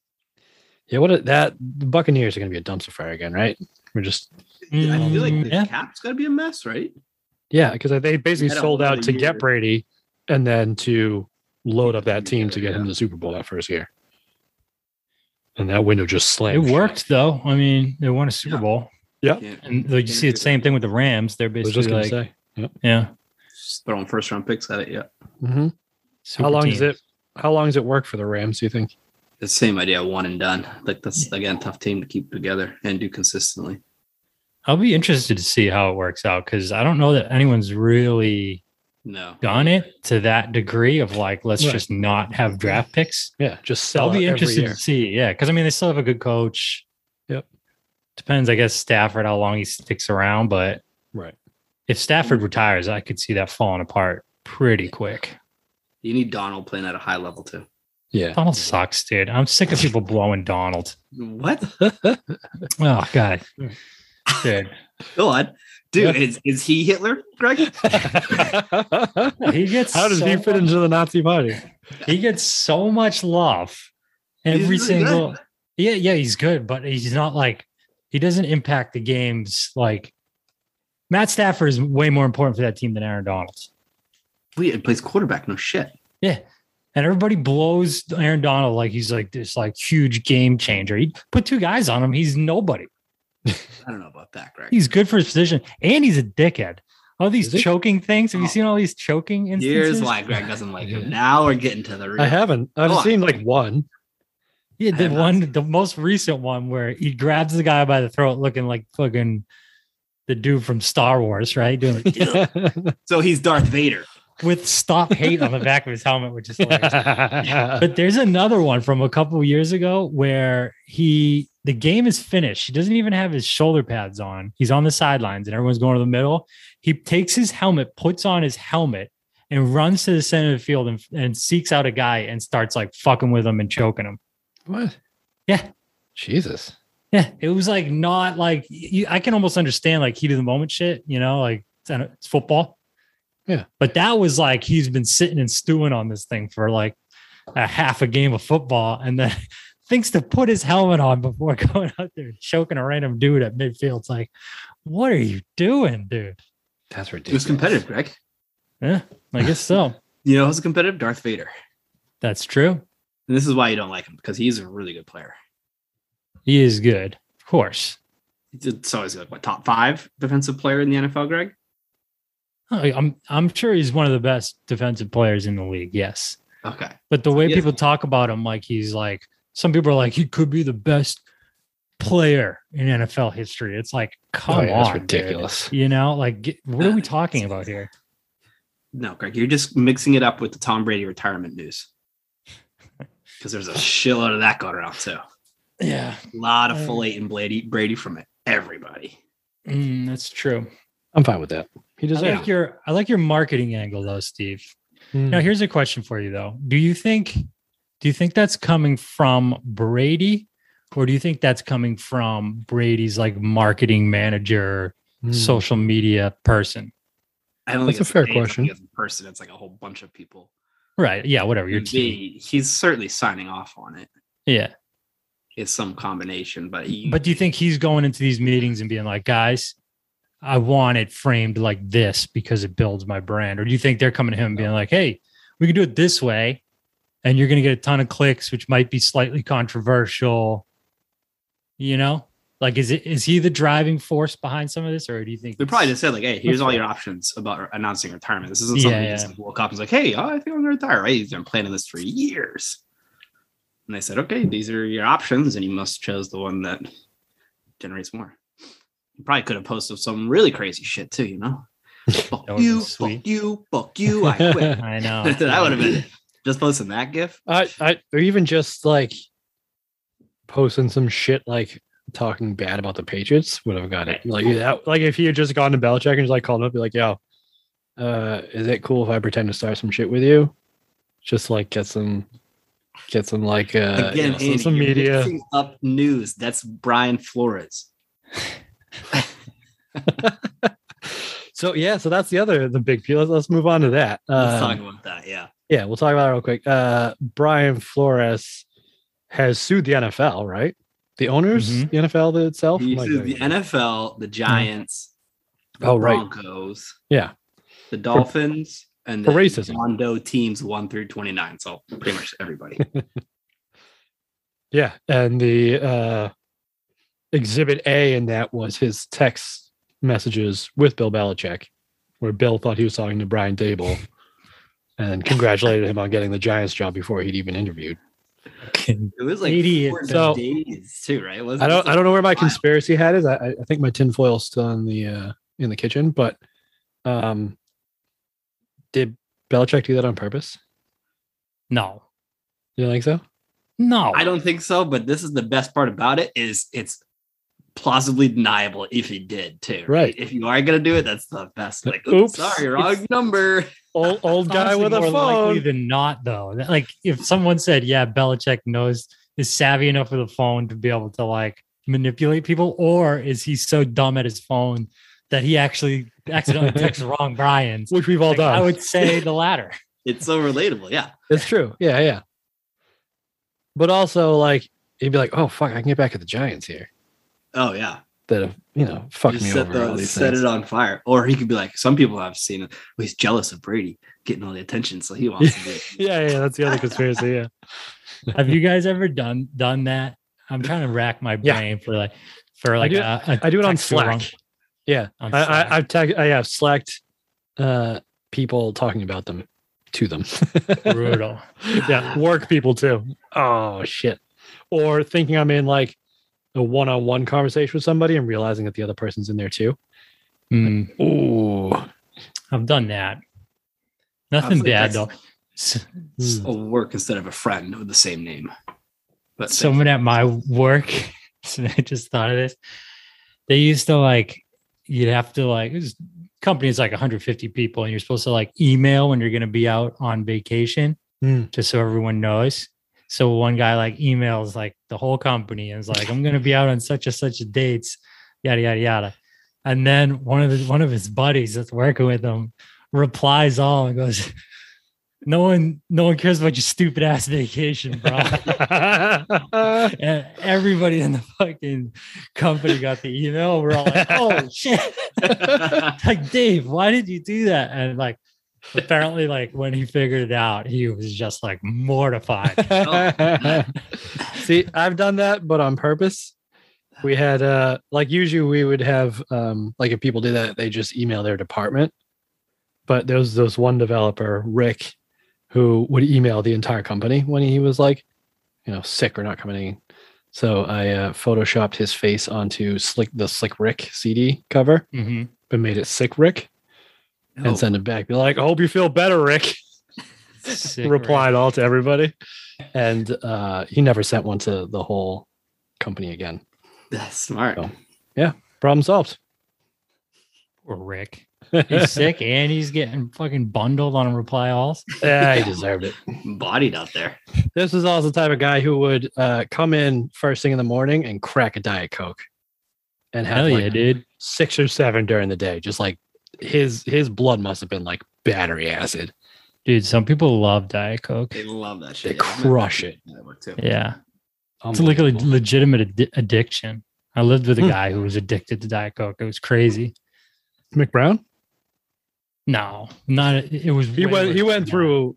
Speaker 2: Yeah, what a, that the Buccaneers are gonna be a dumpster fire again, right? We're just
Speaker 4: I feel like
Speaker 3: Mm,
Speaker 4: the
Speaker 3: yeah.
Speaker 4: cap's got to be a mess, right?
Speaker 2: yeah, because they basically
Speaker 4: Had a
Speaker 2: sold
Speaker 4: whole
Speaker 2: out
Speaker 4: other
Speaker 2: to
Speaker 4: year.
Speaker 2: get Brady and then to load up that team to get him
Speaker 4: Yeah.
Speaker 2: to the Super Bowl that first year. And that window just
Speaker 3: It
Speaker 2: slammed. shut.
Speaker 3: worked though. I mean, they won a Super
Speaker 4: Yeah.
Speaker 3: Bowl,
Speaker 4: Yeah.
Speaker 3: and like you see the same thing with the Rams. They're
Speaker 2: I was
Speaker 3: basically
Speaker 2: just gonna
Speaker 3: like,
Speaker 2: say.
Speaker 3: yeah.
Speaker 4: Just throwing first round picks at it. Yeah.
Speaker 2: hmm
Speaker 3: mm-hmm. super
Speaker 2: How long
Speaker 3: team.
Speaker 2: does it how long does it work for the Rams, do you think?
Speaker 4: the same idea one and done like that's again tough team to keep together and do consistently
Speaker 3: I'll be interested to see how it works out because I don't know that anyone's really
Speaker 4: no
Speaker 3: done it to that degree of like, let's
Speaker 2: Right.
Speaker 3: just not have draft picks.
Speaker 2: Yeah, just
Speaker 3: So
Speaker 2: sell.
Speaker 3: I'll be
Speaker 2: out every
Speaker 3: interested
Speaker 2: year.
Speaker 3: to see. Yeah, because I mean, they still have a good coach.
Speaker 2: Yep.
Speaker 3: Depends, I guess, Stafford how long he sticks around, but
Speaker 2: Right.
Speaker 3: if Stafford retires, I could see that falling apart pretty quick.
Speaker 4: you need donald playing at a high level too
Speaker 2: Yeah.
Speaker 3: Donald sucks, dude. I'm sick of people blowing Donald.
Speaker 4: what
Speaker 3: Oh God, dude.
Speaker 4: Go on. Dude, is, is he Hitler, Greg?
Speaker 3: He gets
Speaker 2: How does he
Speaker 3: so
Speaker 2: fit into the Nazi party?
Speaker 3: he gets so much love every
Speaker 4: He's really
Speaker 3: single yeah yeah he's good but he's not like he doesn't impact the games like matt stafford is way more important for that team than aaron donald
Speaker 4: Wait, He plays quarterback, no shit.
Speaker 3: yeah and everybody blows aaron donald like he's like this like huge game changer he put two guys on him he's nobody
Speaker 4: I don't know about that, Greg.
Speaker 3: he's good for his position and he's a dickhead all these
Speaker 2: Is he?
Speaker 3: choking things have you
Speaker 4: Oh.
Speaker 3: seen all these choking instances
Speaker 4: Here's why Greg doesn't like him. Now we're getting to the real.
Speaker 2: I haven't. I've
Speaker 4: Go on.
Speaker 2: seen like one.
Speaker 3: Yeah,
Speaker 4: I
Speaker 3: the
Speaker 4: have not
Speaker 3: one,
Speaker 4: seen
Speaker 3: the most recent one where he grabs the guy by the throat, looking like fucking the dude from Star Wars, right? Doing like,
Speaker 4: so he's Darth Vader.
Speaker 3: with stop hate on the back of his helmet, which is hilarious. But there's another one from a couple years ago where he the game is finished. He doesn't even have his shoulder pads on. He's on the sidelines and everyone's going to the middle. He takes his helmet, puts on his helmet, and runs to the center of the field and, and seeks out a guy and starts like fucking with him and choking him.
Speaker 2: what?
Speaker 3: Yeah.
Speaker 2: Jesus.
Speaker 3: Yeah, it was like not like you, I can almost understand like heat of the moment shit, you know, like it's, I don't- it's football.
Speaker 2: Yeah.
Speaker 3: but that was like he's been sitting and stewing on this thing for like a half a game of football, and then thinks to put his helmet on before going out there and choking a random dude at midfield. It's like, what are you doing, dude?
Speaker 2: That's
Speaker 4: He
Speaker 2: ridiculous.
Speaker 4: was competitive, Greg.
Speaker 3: I guess so.
Speaker 4: You know who's competitive? Darth Vader.
Speaker 3: That's true.
Speaker 4: And this is why you don't like him because he's a really good player.
Speaker 3: He is good, of course.
Speaker 4: So he's like what top five defensive player in the NFL, Greg?
Speaker 3: I- Oh, I'm I'm sure he's one of the best defensive players in the league. Yes.
Speaker 4: Okay.
Speaker 3: But the way
Speaker 4: Yeah.
Speaker 3: people talk about him, like he's like some people are like he could be the best player in NFL history. It's like come
Speaker 2: Oh, yeah, that's
Speaker 3: on, dude.
Speaker 2: ridiculous.
Speaker 3: You know, like get, what are we talking about here?
Speaker 4: No, Greg, you're just mixing it up with the Tom Brady retirement news. Because there's a shitload of that going around too.
Speaker 3: Yeah,
Speaker 4: A lot of
Speaker 3: Mm.
Speaker 4: filleting Brady Brady from everybody.
Speaker 3: Mm, that's true.
Speaker 2: I'm fine with that. He
Speaker 3: I
Speaker 2: deserves
Speaker 3: like your I like your marketing angle though, Steve.
Speaker 2: it. Mm.
Speaker 3: Now here's a question for you though. Do you think do you think that's coming from Brady, or do you think that's coming from Brady's like marketing manager,
Speaker 2: Mm.
Speaker 3: social media person?
Speaker 4: I don't
Speaker 2: That's a
Speaker 4: think it's
Speaker 2: fair
Speaker 4: Brady, I don't
Speaker 2: question.
Speaker 4: think it's a person, it's like a whole bunch of people.
Speaker 3: Right? Yeah, whatever your
Speaker 4: And
Speaker 3: team.
Speaker 4: B, he's certainly signing off on it.
Speaker 3: Yeah.
Speaker 4: It's some combination, but he,
Speaker 3: But do you think he's going into these meetings and being like, guys, I want it framed like this because it builds my brand? Or do you think they're coming to him and being like, hey, we can do it this way and you're going to get a ton of clicks, which might be slightly controversial? You know, like, is it is he the driving force behind some of this? Or do you think
Speaker 4: they probably
Speaker 3: it's-
Speaker 4: just said like, "Hey, here's all your options about announcing retirement." This isn't
Speaker 3: Yeah,
Speaker 4: something you just
Speaker 3: yeah.
Speaker 4: like, woke up and was like, "Hey, oh, I think I'm gonna retire." Right? He's been planning this for years, and they said, "Okay, these are your options," and you must chose the one that generates more. You probably could have posted some really crazy shit too, you know? fuck
Speaker 3: would've
Speaker 4: you,
Speaker 3: been sweet.
Speaker 4: fuck you, fuck you. I quit.
Speaker 3: I know.
Speaker 4: that would have been just posting that gif.
Speaker 2: I, I, or even just like posting some shit like talking bad about the Patriots would have got it. Like that, like if he had just gone to Belichick and just like called him up, be like, "Yo, uh, is it cool if I pretend to start some shit with you?" Just like get some, get some like uh, you
Speaker 4: Again,
Speaker 2: know, some-
Speaker 4: Andy,
Speaker 2: some
Speaker 4: you're
Speaker 2: media.
Speaker 4: mixing up news. That's Brian Flores.
Speaker 2: So yeah, so that's the other the big deal. Let's, let's move on to that.
Speaker 4: Let's
Speaker 2: Um,
Speaker 3: Uh,
Speaker 4: talk about that. Yeah.
Speaker 2: yeah, we'll talk about it real quick. Uh, Brian Flores has sued the NFL, right? The owners,
Speaker 3: Mhm.
Speaker 2: the NFL the itself.
Speaker 4: He
Speaker 2: I'm like,
Speaker 4: uses
Speaker 2: wait,
Speaker 4: the
Speaker 2: wait.
Speaker 4: NFL, the Giants, the
Speaker 2: Oh, right.
Speaker 4: Broncos,
Speaker 2: yeah.
Speaker 4: the Dolphins, and the
Speaker 2: for racism.
Speaker 4: John Doe teams one through twenty-nine. So pretty much everybody.
Speaker 2: Yeah, and the uh, exhibit A in that was his text messages with Bill Belichick, where Bill thought he was talking to Brian Dable, and congratulated him on getting the Giants job before he'd even interviewed.
Speaker 3: fucking-
Speaker 4: It was like
Speaker 3: Idiot.
Speaker 4: four
Speaker 2: So-
Speaker 4: days too, right? Wasn't
Speaker 2: I
Speaker 4: it
Speaker 2: don't, I
Speaker 4: like-
Speaker 2: don't know where my
Speaker 4: wild.
Speaker 2: conspiracy hat is. I, I- I think my tinfoil's still in the uh, in the kitchen, but um, did Belichick do that on purpose?
Speaker 3: no,
Speaker 2: You don't think so?
Speaker 3: no.
Speaker 4: I don't think so. But this is the best part about it is it's plausibly deniable if he did too.
Speaker 2: Right.
Speaker 4: If you are gonna do it, that's the best. Like,
Speaker 2: Oops.
Speaker 4: oops, sorry, wrong number.
Speaker 2: Old old
Speaker 3: It's
Speaker 2: guy
Speaker 3: honestly
Speaker 2: with a
Speaker 3: more likely
Speaker 2: phone.
Speaker 3: than not, though. That- Like if someone said, "Yeah, Belichick knows is savvy enough with a phone to be able to like manipulate people, or is he so dumb at his phone that he actually accidentally texts wrong Brian's?
Speaker 2: which we've all
Speaker 3: Like,
Speaker 2: done.
Speaker 3: I would say the latter.
Speaker 4: It's so relatable. Yeah.
Speaker 2: It's true. Yeah, yeah. But also, like, he'd be like, "Oh fuck, I can get back at the Giants here."
Speaker 4: Oh yeah.
Speaker 2: That have you know fucked
Speaker 4: Just
Speaker 2: me
Speaker 4: set,
Speaker 2: over.
Speaker 4: the-
Speaker 2: all these
Speaker 4: set
Speaker 2: things.
Speaker 4: it on fire. Or he could be like, some people I've seen, well, he's jealous of Brady getting all the attention, so he wants to do it.
Speaker 2: yeah, yeah. That's the other conspiracy. Yeah.
Speaker 3: Have you guys ever done done that? I'm trying to rack my
Speaker 2: Yeah.
Speaker 3: brain for like for like
Speaker 2: do-
Speaker 3: a- a
Speaker 2: I do it on
Speaker 3: text to a
Speaker 2: Slack.
Speaker 3: wrong-
Speaker 2: Yeah,
Speaker 3: on
Speaker 2: I,
Speaker 3: Slack.
Speaker 2: I, I've tag, I have slacked uh, people talking about them to them.
Speaker 3: brutal.
Speaker 2: yeah, work people too. Oh shit! Or thinking I'm in like a one-on-one conversation with somebody and realizing that the other person's in there too.
Speaker 3: Mm,
Speaker 2: Ooh,
Speaker 3: I've done that. Nothing
Speaker 4: Absolutely.
Speaker 3: bad though. Hmm. S-
Speaker 4: A work instead of a friend with the same name. But
Speaker 3: someone at my work so i just thought of this they used to like you'd have to like it was companies like 150 people and you're supposed to like email when you're going to be out on vacation
Speaker 2: Hmm.
Speaker 3: just so everyone knows so one guy like emails like the whole company and is like i'm going to be out on such and such dates yada yada yada and then one of the one of his buddies that's working with him replies all and goes no one no one cares about your stupid ass vacation bro
Speaker 2: Hmm.
Speaker 3: and E, everybody in the fucking company got the email. We're all like, oh shit. Like, Dave, why did you do that? And like, apparently, like, when he figured it out, he was just like mortified.
Speaker 2: See, I've done that, but on purpose. We had uh like usually we would have um like if people do that, they just email their department. But there was this one developer, Rick, who would email the entire company when he was like, you know, sick or not coming in. So I uh, photoshopped his face onto slick the slick Rick CD cover,
Speaker 3: Mhm.
Speaker 2: but made it sick Rick
Speaker 4: Oh.
Speaker 2: and send it back. Be like, I hope you feel better, Rick
Speaker 3: Sick,
Speaker 2: replied all to everybody. And uh, he never sent one to the whole company again.
Speaker 4: That's smart.
Speaker 2: Oh. Problem solved.
Speaker 3: Or Rick. He's sick and he's getting fucking bundled on reply alls.
Speaker 2: yeah, he deserved it.
Speaker 4: Bodied out there.
Speaker 2: This was also the type of guy who would uh, come in first thing in the morning and crack a Diet Coke and have
Speaker 3: Hell
Speaker 2: like
Speaker 3: yeah, dude.
Speaker 2: six or seven during the day. Just like his his blood must have been like battery acid.
Speaker 3: Dude, some people love Diet Coke.
Speaker 4: They love that
Speaker 2: They
Speaker 4: shit. Yeah, I'm gonna-
Speaker 2: crush it.
Speaker 4: Yeah, I would too.
Speaker 3: Yeah. It's like a leg-
Speaker 2: Unbelievable.
Speaker 3: legitimate addi- addiction. I lived with a
Speaker 2: Hmm.
Speaker 3: guy who was addicted to Diet Coke. It was crazy.
Speaker 2: McBrown?
Speaker 3: No, not it was.
Speaker 2: He
Speaker 3: way
Speaker 2: went he
Speaker 3: worse
Speaker 2: went
Speaker 3: than
Speaker 2: through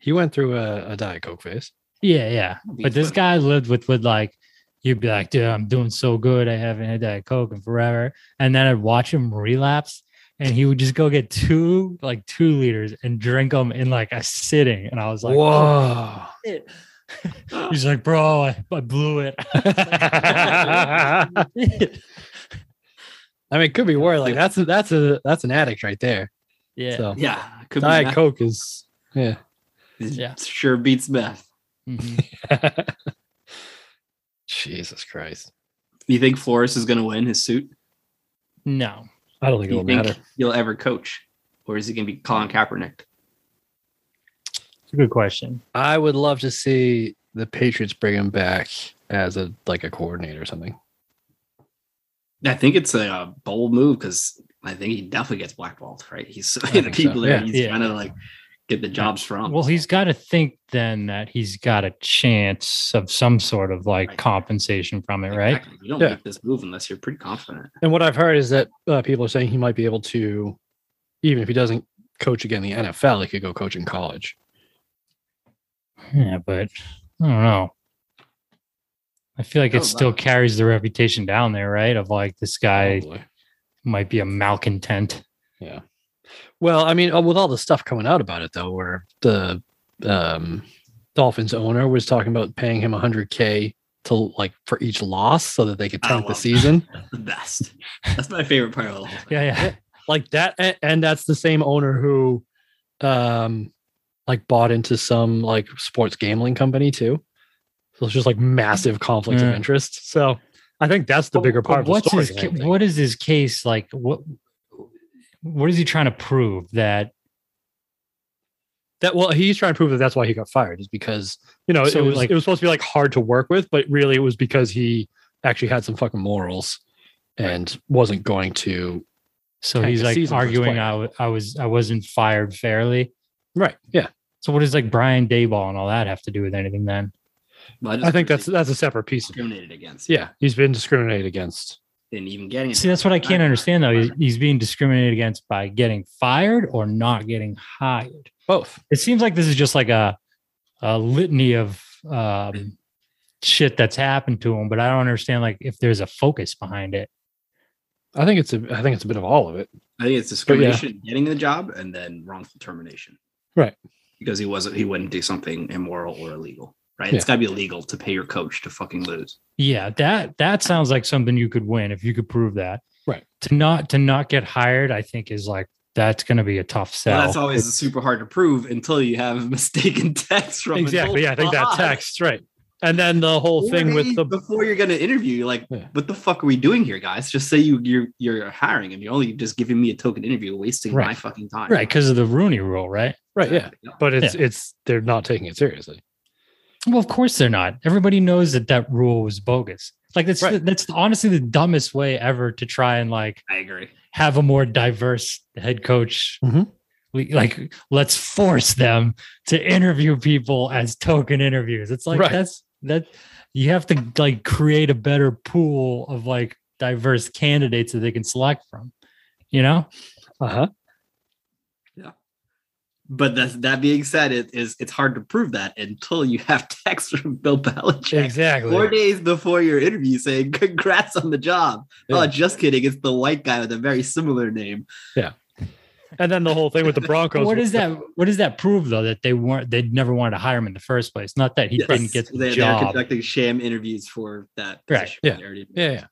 Speaker 2: he went through a, a Diet Coke phase.
Speaker 3: that. Yeah, yeah. But this guy lived with with like you'd be like, dude, I'm doing so good. I haven't had Diet Coke in forever. And then I'd watch him relapse, and he would just go get two like two liters and drink them in like a sitting. And I was like, "Oh,
Speaker 2: Whoa.
Speaker 3: shit." He's like, bro, I, I blew it.
Speaker 2: I mean, it could be worse. Like that's a, that's a that's an addict right there.
Speaker 3: yeah.
Speaker 2: So
Speaker 4: Yeah. Could
Speaker 2: Diet
Speaker 4: be
Speaker 2: Coke is yeah.
Speaker 4: meth.
Speaker 3: Yeah.
Speaker 4: Sure beats meth.
Speaker 3: Mhm.
Speaker 2: Jesus Christ!
Speaker 4: You think Flores is going to win his suit?
Speaker 3: No.
Speaker 2: I don't think
Speaker 4: Do
Speaker 2: it'll
Speaker 4: you think
Speaker 2: matter.
Speaker 4: he'll ever coach? Or is he going to be Colin Kaepernick?
Speaker 3: It's a good question.
Speaker 2: I would love to see the Patriots bring him back as a like a coordinator or something.
Speaker 4: I think it's a, uh, bold move because I think he definitely gets blackballed, right? He's
Speaker 2: think
Speaker 4: the
Speaker 2: so.
Speaker 4: people
Speaker 2: Yeah.
Speaker 4: that he's
Speaker 3: Yeah.
Speaker 4: trying to like get the jobs from.
Speaker 3: Well, he's got to think then that he's got a chance of some sort of like
Speaker 4: Right.
Speaker 3: compensation from it, right?
Speaker 4: Exactly. You don't
Speaker 2: Yeah.
Speaker 4: make this move unless you're pretty confident.
Speaker 2: And what I've heard is that uh, people are saying he might be able to, even if he doesn't coach again in the NFL, he could go coach in college.
Speaker 3: Yeah, but I don't know. I feel like
Speaker 4: I
Speaker 3: it Oh.
Speaker 4: don't
Speaker 3: still
Speaker 4: know.
Speaker 3: carries the reputation down there, right? Of like this guy
Speaker 2: Probably.
Speaker 3: might be a malcontent.
Speaker 2: Well, I mean, uh, with all the stuff coming out about it, though, where the um, Dolphins owner was talking about paying him 100k to like for each loss, so that they could
Speaker 4: Oh,
Speaker 2: tank the
Speaker 4: well.
Speaker 2: season,
Speaker 4: The best. That's my favorite part of the whole thing.
Speaker 3: Yeah, yeah.
Speaker 2: like that. And, and that's the same owner who, um, like bought into some like sports gambling company too. So it's just like massive conflict
Speaker 3: Yeah.
Speaker 2: of interest. So I think that's the
Speaker 3: But-
Speaker 2: bigger
Speaker 3: but
Speaker 2: part of the
Speaker 3: what's
Speaker 2: story.
Speaker 3: his
Speaker 2: than
Speaker 3: ca-
Speaker 2: anything.
Speaker 3: what is his case like? What what is he trying to prove that?
Speaker 2: that well he's trying to prove that that's why he got fired is because you know
Speaker 3: So,
Speaker 2: it was
Speaker 3: like-
Speaker 2: it was supposed to be like hard to work with but really it was because he actually had some fucking morals and wasn't going to
Speaker 3: So
Speaker 2: Kinda
Speaker 3: he's like
Speaker 2: seasoned for his
Speaker 3: arguing
Speaker 2: player.
Speaker 3: I, w- I was I wasn't fired fairly.
Speaker 2: right yeah
Speaker 3: So what does like Brian Dayball and all that have to do with anything then?
Speaker 4: Well,
Speaker 2: i think
Speaker 4: just
Speaker 2: that's that's a separate piece of it
Speaker 4: discriminated against.
Speaker 2: yeah he's been discriminated against
Speaker 4: Didn't even getting it.
Speaker 3: See, that's what I can't understand though. He's, he's being discriminated against by getting fired or not getting hired.
Speaker 2: both
Speaker 3: It seems like this is just like a a litany of um, shit that's happened to him, but I don't understand like if there's a focus behind it.
Speaker 2: i think it's a i think it's a bit of all of it
Speaker 4: I think it's discrimination, getting the job, and then wrongful termination.
Speaker 2: Right.
Speaker 4: Because he wasn't, he wouldn't do something immoral or illegal. Right. It's
Speaker 2: Yeah.
Speaker 4: got to be illegal to pay your coach to fucking lose.
Speaker 3: Yeah, that that sounds like something you could win if you could prove that.
Speaker 2: Right.
Speaker 3: To not to not get hired, I think is like that's going to be a tough sell.
Speaker 4: Well, that's always super hard to prove until you have mistaken text from an
Speaker 2: exactly
Speaker 4: old
Speaker 2: yeah i think that
Speaker 4: boss.
Speaker 2: text right and then the whole
Speaker 4: Four
Speaker 2: thing with
Speaker 4: days
Speaker 2: the
Speaker 4: before you're going to interview, you're like,
Speaker 2: Yeah.
Speaker 4: what the fuck are we doing here, guys? Just say you you're you're hiring him. You're only just giving me a token interview, wasting my
Speaker 2: Right.
Speaker 4: fucking time.
Speaker 3: right because of the Rooney Rule, right?
Speaker 2: right yeah but it's
Speaker 3: Yeah.
Speaker 2: it's they're not taking it seriously
Speaker 3: Well, of course they're not. Everybody knows that that rule was bogus. Like that's
Speaker 2: Right.
Speaker 3: the, that's honestly the dumbest way ever to try and like
Speaker 4: I agree.
Speaker 3: have a more diverse head coach.
Speaker 2: Mhm.
Speaker 3: We, like let's force them to interview people as token interviews. It's like
Speaker 2: Right.
Speaker 3: that's that you have to like create a better pool of like diverse candidates that they can select from. You know?
Speaker 2: uh-huh
Speaker 4: But that that being said, it is it's hard to prove that until you have text from Bill Belichick
Speaker 2: exactly
Speaker 4: four days before your interview saying "Congrats on the job." Oh,
Speaker 2: Yeah.
Speaker 4: just kidding. It's the white guy with a very similar name.
Speaker 2: and then the whole thing with the broncos
Speaker 3: What does that what does that prove though that they weren't they never wanted to hire him in the first place? Not that he
Speaker 4: Yes.
Speaker 3: didn't get the
Speaker 4: they, They're
Speaker 3: job.
Speaker 4: conducting sham interviews for that.
Speaker 3: Right.
Speaker 4: position.
Speaker 2: Yeah.
Speaker 4: They already-
Speaker 2: yeah yeah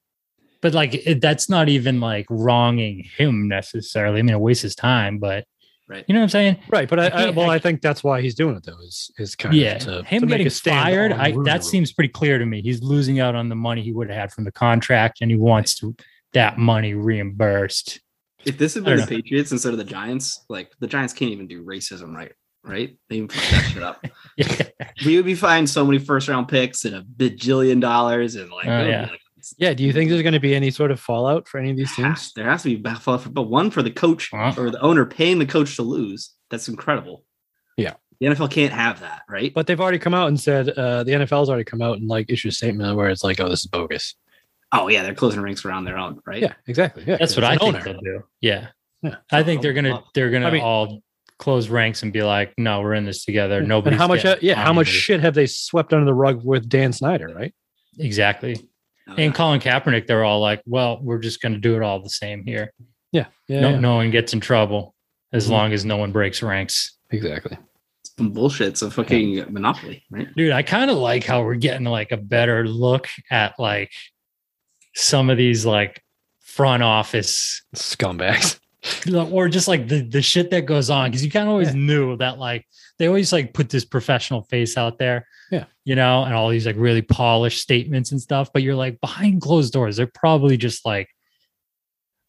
Speaker 3: but like it, that's not even like wronging him necessarily. I mean, it wastes his time, but
Speaker 4: Right.
Speaker 3: you know what I'm saying?
Speaker 2: Right, but I, I,
Speaker 3: can't-
Speaker 2: well,
Speaker 3: I-
Speaker 2: I think that's why he's doing it though. Is is kind
Speaker 3: yeah,
Speaker 2: of to,
Speaker 3: him
Speaker 2: to make
Speaker 3: getting
Speaker 2: a stand
Speaker 3: fired.
Speaker 2: on
Speaker 3: I,
Speaker 2: Rooney
Speaker 3: that
Speaker 2: Rule.
Speaker 3: seems pretty clear to me. He's losing out on the money he would have had from the contract, and he wants to that money reimbursed.
Speaker 4: If this had
Speaker 3: I
Speaker 4: been the
Speaker 3: don't
Speaker 4: Patriots instead of the Giants, like the Giants can't even do racism right, right? They even fucked that shit up.
Speaker 3: Yeah,
Speaker 4: We would be fine so many first round picks and a bajillion dollars and like,
Speaker 3: Oh,
Speaker 4: it would be
Speaker 3: yeah.
Speaker 4: like, it's-
Speaker 2: Yeah, do you think there's going to be any sort of fallout for any of these
Speaker 4: has-
Speaker 2: teams?
Speaker 4: there has to be backfall for but one for the coach
Speaker 3: Huh?
Speaker 4: or the owner paying the coach to lose. That's incredible.
Speaker 2: Yeah.
Speaker 4: The NFL can't have that, right?
Speaker 2: But they've already come out and said uh, the NFL's already come out and like issued a statement where it's like, oh, this is bogus.
Speaker 4: oh yeah, they're closing ranks around their own, right?
Speaker 2: Yeah, exactly. Yeah,
Speaker 3: that's
Speaker 2: because
Speaker 3: what I
Speaker 2: it's an
Speaker 3: think
Speaker 2: owner.
Speaker 3: they'll do. Yeah.
Speaker 2: Yeah.
Speaker 3: I think they're gonna they're gonna
Speaker 2: I mean-
Speaker 3: all close ranks and be like, no, we're in this together. Nobody.
Speaker 2: And how much? uh, Yeah, how much shit have they swept under the rug with Dan Snyder? Right.
Speaker 3: Exactly.
Speaker 4: Oh, yeah.
Speaker 3: And Colin Kaepernick, they're all like, well, we're just gonna do it all the same here.
Speaker 2: Yeah. Yeah.
Speaker 3: no,
Speaker 2: yeah.
Speaker 3: no one gets in trouble as
Speaker 2: Mhm.
Speaker 3: long as no one breaks ranks.
Speaker 2: Exactly.
Speaker 4: Some bullshit. It's a fucking monopoly, right?
Speaker 3: Dude, I kind of like how we're getting like a better look at like some of these like front office
Speaker 2: Scumbags.
Speaker 3: or just like the, the shit that goes on because you kind of always
Speaker 2: Yeah.
Speaker 3: knew that like they always like put this professional face out there.
Speaker 2: Yeah.
Speaker 3: You know, and all these like really polished statements and stuff, but you're like behind closed doors, they're probably just like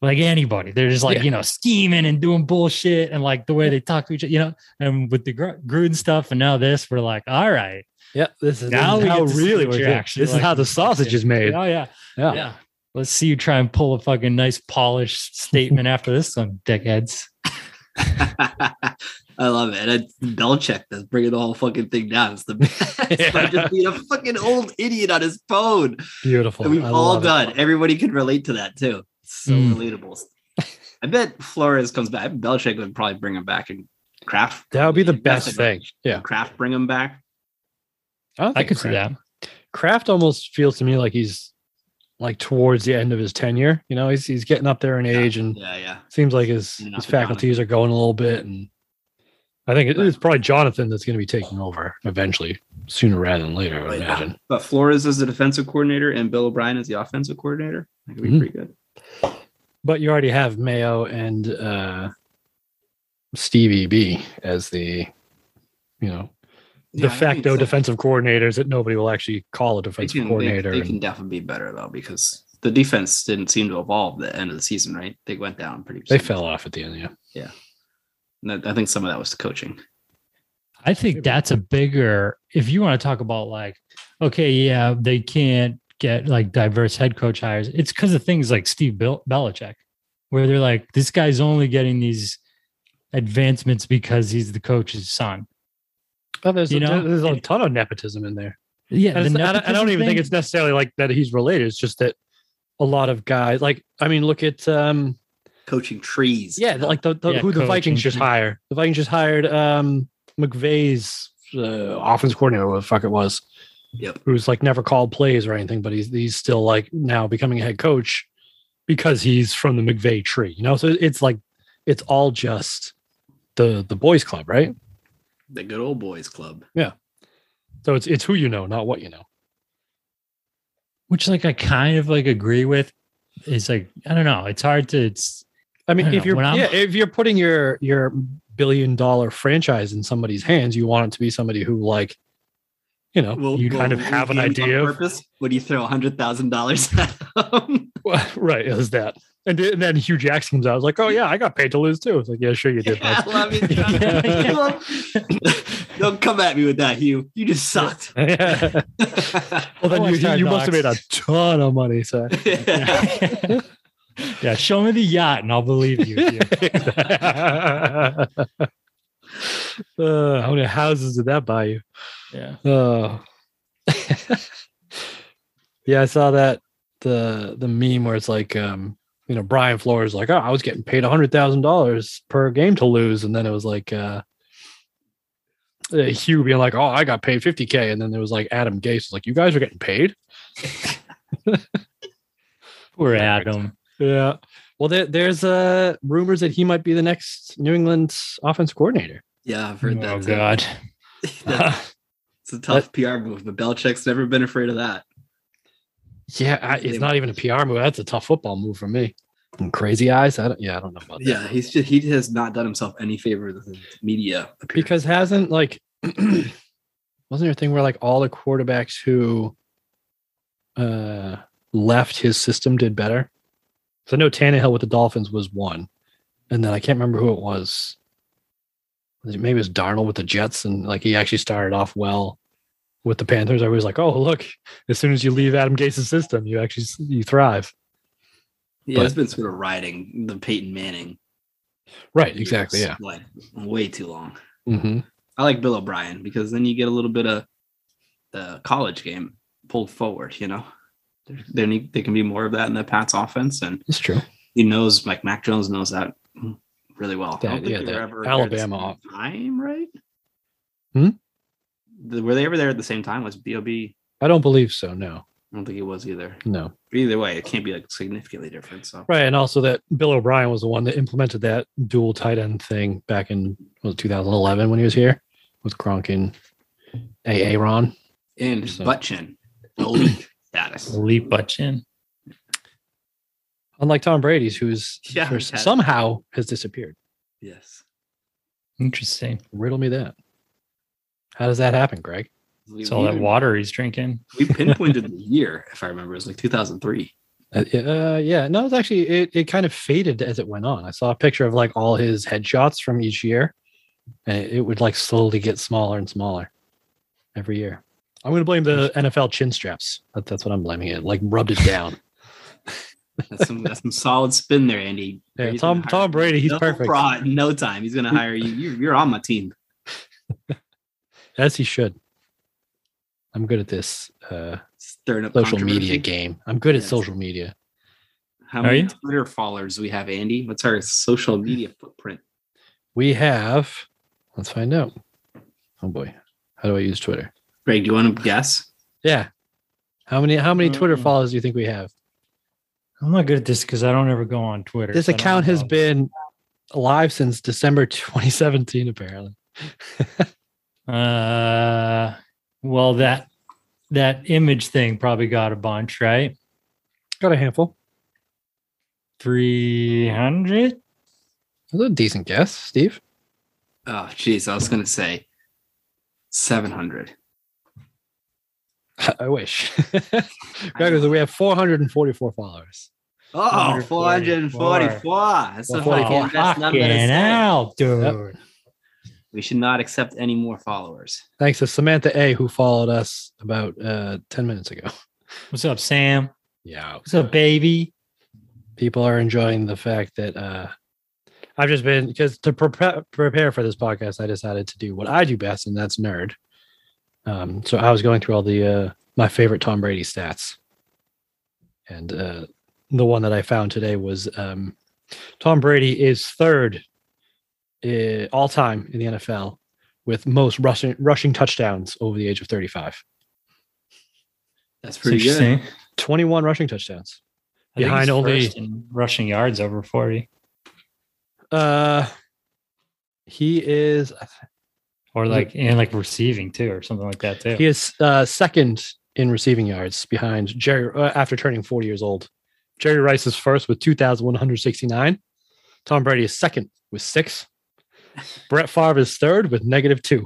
Speaker 3: like anybody. They're just like,
Speaker 2: Yeah.
Speaker 3: you know, scheming and doing bullshit and like the way they talk to each other, you know, and with the Gr- Gruden stuff and now this, we're like, all right.
Speaker 2: Yeah. This is,
Speaker 3: Now
Speaker 2: this
Speaker 3: we
Speaker 2: is how
Speaker 3: get to see
Speaker 2: really
Speaker 3: what
Speaker 2: we're
Speaker 3: you're
Speaker 2: doing.
Speaker 3: actually
Speaker 2: This
Speaker 3: like.
Speaker 2: is how the sausage is made.
Speaker 3: Oh yeah.
Speaker 2: Yeah.
Speaker 3: Yeah. Let's see you try and pull a fucking nice polished statement after this one, dickheads.
Speaker 4: I love it. And it's Belichick that's bringing the whole fucking thing down. It's the best. By just being a fucking old idiot on his phone.
Speaker 2: Beautiful.
Speaker 4: And we've
Speaker 2: Oh, I
Speaker 4: all
Speaker 2: love it.
Speaker 4: done. Everybody can relate to that too. It's so
Speaker 3: Mm.
Speaker 4: relatable. I bet Flores comes back. Belichick would probably bring him back and Kraft.
Speaker 2: That would be the
Speaker 4: Yeah,
Speaker 2: best
Speaker 4: definitely.
Speaker 2: thing. Yeah.
Speaker 4: Kraft bring him back.
Speaker 3: I could see that.
Speaker 2: Kraft almost feels to me like he's like towards the end of his tenure. You know, he's he's getting up there in age, and
Speaker 4: Yeah, yeah.
Speaker 2: seems like his his
Speaker 4: And not Jonathan.
Speaker 2: faculties are going a little bit. And I think it- it's probably Jonathan that's going to be taking over eventually, sooner rather than later. I would
Speaker 4: Right.
Speaker 2: imagine.
Speaker 4: But Flores is the defensive coordinator and Bill O'Brien is the offensive coordinator. That could be
Speaker 2: Mhm.
Speaker 4: pretty good.
Speaker 2: But you already have Mayo and uh, Stevie B as the, you know, de
Speaker 4: Yeah, I think
Speaker 2: facto
Speaker 4: so.
Speaker 2: defensive coordinators that nobody will actually call a
Speaker 4: They
Speaker 2: defensive
Speaker 4: can, they-
Speaker 2: coordinator.
Speaker 4: They,
Speaker 2: and-
Speaker 4: can definitely be better though because the defense didn't seem to evolve at the end of the season, right? They went down pretty.
Speaker 2: they
Speaker 4: soon.
Speaker 2: fell off at the end. Yeah.
Speaker 4: And I I think some of that was coaching.
Speaker 3: I think that's a bigger if you want to talk about like, okay, yeah, they can't get like diverse head coach hires, it's because of things like Steve Bel- Belichick, where they're like, this guy's only getting these advancements because he's the coach's son.
Speaker 2: Oh, there's,
Speaker 3: You know?
Speaker 2: there's a ton of nepotism in there.
Speaker 3: Yeah,
Speaker 2: And
Speaker 3: the
Speaker 2: it's- I, don't, I don't
Speaker 3: nepotism
Speaker 2: even think
Speaker 3: thing-
Speaker 2: it's necessarily like that he's related. It's just that a lot of guys, like, I mean, look at, um,
Speaker 4: Coaching trees.
Speaker 2: yeah, like the, the
Speaker 3: Yeah,
Speaker 2: who the
Speaker 3: coach
Speaker 2: Vikings
Speaker 3: and-
Speaker 2: just hired. The Vikings just hired um McVay's uh, offense coordinator, whatever the fuck it was.
Speaker 4: Yep.
Speaker 2: Who's like never called plays or anything, but he's he's still like now becoming a head coach because he's from the McVay tree, you know. So it's like it's all just the the boys club, right?
Speaker 4: The good old boys club.
Speaker 2: So it's it's who you know, not what you know.
Speaker 3: which like I kind of like agree with. It's like I don't know. It's hard to. It's
Speaker 2: I mean,
Speaker 3: I don't
Speaker 2: if
Speaker 3: know,
Speaker 2: you're
Speaker 3: when I'm-
Speaker 2: yeah, if you're putting your your billion dollar franchise in somebody's hands, you want it to be somebody who like, you know,
Speaker 4: Well,
Speaker 2: you kind of
Speaker 4: well,
Speaker 2: have an
Speaker 4: you on
Speaker 2: idea of
Speaker 4: Purpose? Would you throw hundred thousand dollars at them?
Speaker 2: Well, right, it was that. And, th- and then Hugh Jackson comes out. I was like, oh, yeah, I got paid to lose too. It's like, yeah, sure you did.
Speaker 4: I
Speaker 2: bud."
Speaker 4: love you, John. I love- Don't come at me with that, Hugh. You just sucked.
Speaker 2: well, then
Speaker 3: I
Speaker 2: you,
Speaker 3: watched
Speaker 2: you,
Speaker 3: Hard
Speaker 2: must have made a
Speaker 3: Knocks.
Speaker 2: ton of money. So.
Speaker 3: yeah, show me the yacht and I'll believe you. Hugh.
Speaker 2: uh, how many houses did that buy you?
Speaker 3: yeah.
Speaker 2: Oh. yeah, I saw that the the meme where it's like um you know Brian Flores like oh I was getting paid hundred thousand dollars per game to lose and then it was like uh uh, Hugh being like oh I got paid fifty k and then there was like Adam Gase was like you guys are getting paid
Speaker 3: Poor Adam.
Speaker 2: yeah well there, there's uh rumors that he might be the next New England offense coordinator
Speaker 4: yeah, I've heard
Speaker 3: Oh
Speaker 4: that. too.
Speaker 3: God.
Speaker 4: That's- It's a tough PR move, but Belichick's never been afraid of that.
Speaker 2: yeah I, it's not even a PR move that's a tough football move for me and crazy eyes I don't, yeah I don't know about that.
Speaker 4: Yeah, he's just, he has not done himself any favor with his media. appearance.
Speaker 2: because hasn't like wasn't there a thing where like all the quarterbacks who uh left his system did better? So I know Tannehill with the Dolphins was one, and then I can't remember who it was. Was it- Maybe it was Darnold with the Jets, and like he actually started off well with the Panthers. I was like, oh look, as soon as you leave Adam Gase's system, you actually s- you thrive.
Speaker 4: yeah, it's been sort of riding the Peyton Manning.
Speaker 2: Right? Exactly. Yeah.
Speaker 4: years, like way too long.
Speaker 2: Mm-hmm.
Speaker 4: I like Bill O'Brien because then you get a little bit of the college game pulled forward. You know, there, there need, there can be more of that in the Pats offense, and
Speaker 2: It's true.
Speaker 4: he knows like Mac Jones knows that really well. I
Speaker 2: That-
Speaker 4: don't think
Speaker 2: yeah,
Speaker 4: they were
Speaker 2: that
Speaker 4: ever there at the
Speaker 2: Alabama-
Speaker 4: same time, right?
Speaker 2: Hmm?
Speaker 4: The- Were they ever there at the same time? Was Bob? I
Speaker 2: I don't believe so. No.
Speaker 4: don't think it was either.
Speaker 2: No.
Speaker 4: Either way, it can't be like significantly different. So
Speaker 2: Right, and also that Bill O'Brien was the one that implemented that dual tight end thing back in was it 2011 when he was here with Gronk and Aaron.
Speaker 4: and
Speaker 2: So-
Speaker 4: Butchin, elite status.
Speaker 3: Leap butt chin.
Speaker 2: Unlike Tom Brady's, who's
Speaker 4: Yeah,
Speaker 2: for-
Speaker 4: he's had it.
Speaker 2: somehow has disappeared.
Speaker 4: Yes.
Speaker 3: Interesting.
Speaker 2: Riddle me that. How does that happen, Greg?
Speaker 4: We,
Speaker 3: It's all that
Speaker 4: we-
Speaker 3: water he's drinking.
Speaker 4: we pinpointed the year, if I remember, it was like 2003.
Speaker 2: Uh, uh, yeah, no, it's actually it, it kind of faded as it went on. I saw a picture of like all his headshots from each year, and it would like slowly get smaller and smaller every year. I'm gonna blame the NFL chin straps. That, that's what I'm blaming it. Like rubbed it down.
Speaker 4: That's some, that's some solid spin there, Andy.
Speaker 2: Yeah,
Speaker 4: Brady's
Speaker 2: Tom-
Speaker 4: gonna hire
Speaker 2: Tom
Speaker 4: you.
Speaker 2: Brady, he's
Speaker 4: No
Speaker 2: perfect.
Speaker 4: fraud, in no time. He's going to hire you. you. You're on my team.
Speaker 2: As he should. I'm good at this uh,
Speaker 4: Stirring up
Speaker 2: social media
Speaker 4: controversy.
Speaker 2: game. I'm good at
Speaker 4: Yes.
Speaker 2: social media.
Speaker 4: How
Speaker 3: Are
Speaker 4: many
Speaker 3: you?
Speaker 4: Twitter followers do we have, Andy? What's our social media footprint?
Speaker 2: We have, let's find out. Oh boy, how do I use Twitter?
Speaker 4: Greg, do you want to guess?
Speaker 2: Yeah. How many how many Twitter
Speaker 3: Mm.
Speaker 2: followers do you think we have?
Speaker 3: I'm not good at this because I don't ever go on Twitter.
Speaker 2: This
Speaker 3: so I don't
Speaker 2: account has
Speaker 3: know.
Speaker 2: been alive since December 2017, apparently.
Speaker 3: Uh, well, that that image thing probably got a bunch, right?
Speaker 2: Got a handful.
Speaker 3: Three hundred.
Speaker 2: That's a decent guess, Steve.
Speaker 4: Oh, jeez, I was going to say 700.
Speaker 2: I wish. Greg was like, we have 444 followers.
Speaker 4: Oh,
Speaker 3: 444.
Speaker 4: 444. That's the
Speaker 2: 444.
Speaker 4: fucking best number to
Speaker 3: Fucking
Speaker 4: say.
Speaker 3: hell, dude.
Speaker 2: Yep.
Speaker 4: We should not accept any more followers.
Speaker 2: Thanks to Samantha A, who followed us about uh, 10 minutes ago.
Speaker 3: What's up, Sam?
Speaker 2: Yeah.
Speaker 3: What's up, baby?
Speaker 2: people are enjoying the fact that uh I've just been because to prepare prepare for this podcast, I decided to do what I do best, and that's nerd. Um, so I was going through all the uh my favorite Tom Brady stats, and uh the one that I found today was um Tom Brady is third uh, all time in the NFL with most rushing rushing touchdowns over the age of 35.
Speaker 4: That's
Speaker 3: It's
Speaker 4: pretty good.
Speaker 3: interesting.
Speaker 2: 21 rushing touchdowns.
Speaker 3: I think
Speaker 2: Behind
Speaker 3: he's
Speaker 2: only-
Speaker 3: first in rushing yards over forty,
Speaker 2: Uh he is
Speaker 3: or like and like receiving too, or something like that too.
Speaker 2: He is uh, second in receiving yards behind Jerry uh, after turning 40 years old. Jerry Rice is first with 2,169. Tom Brady is second with six. Brett Favre is third with negative two.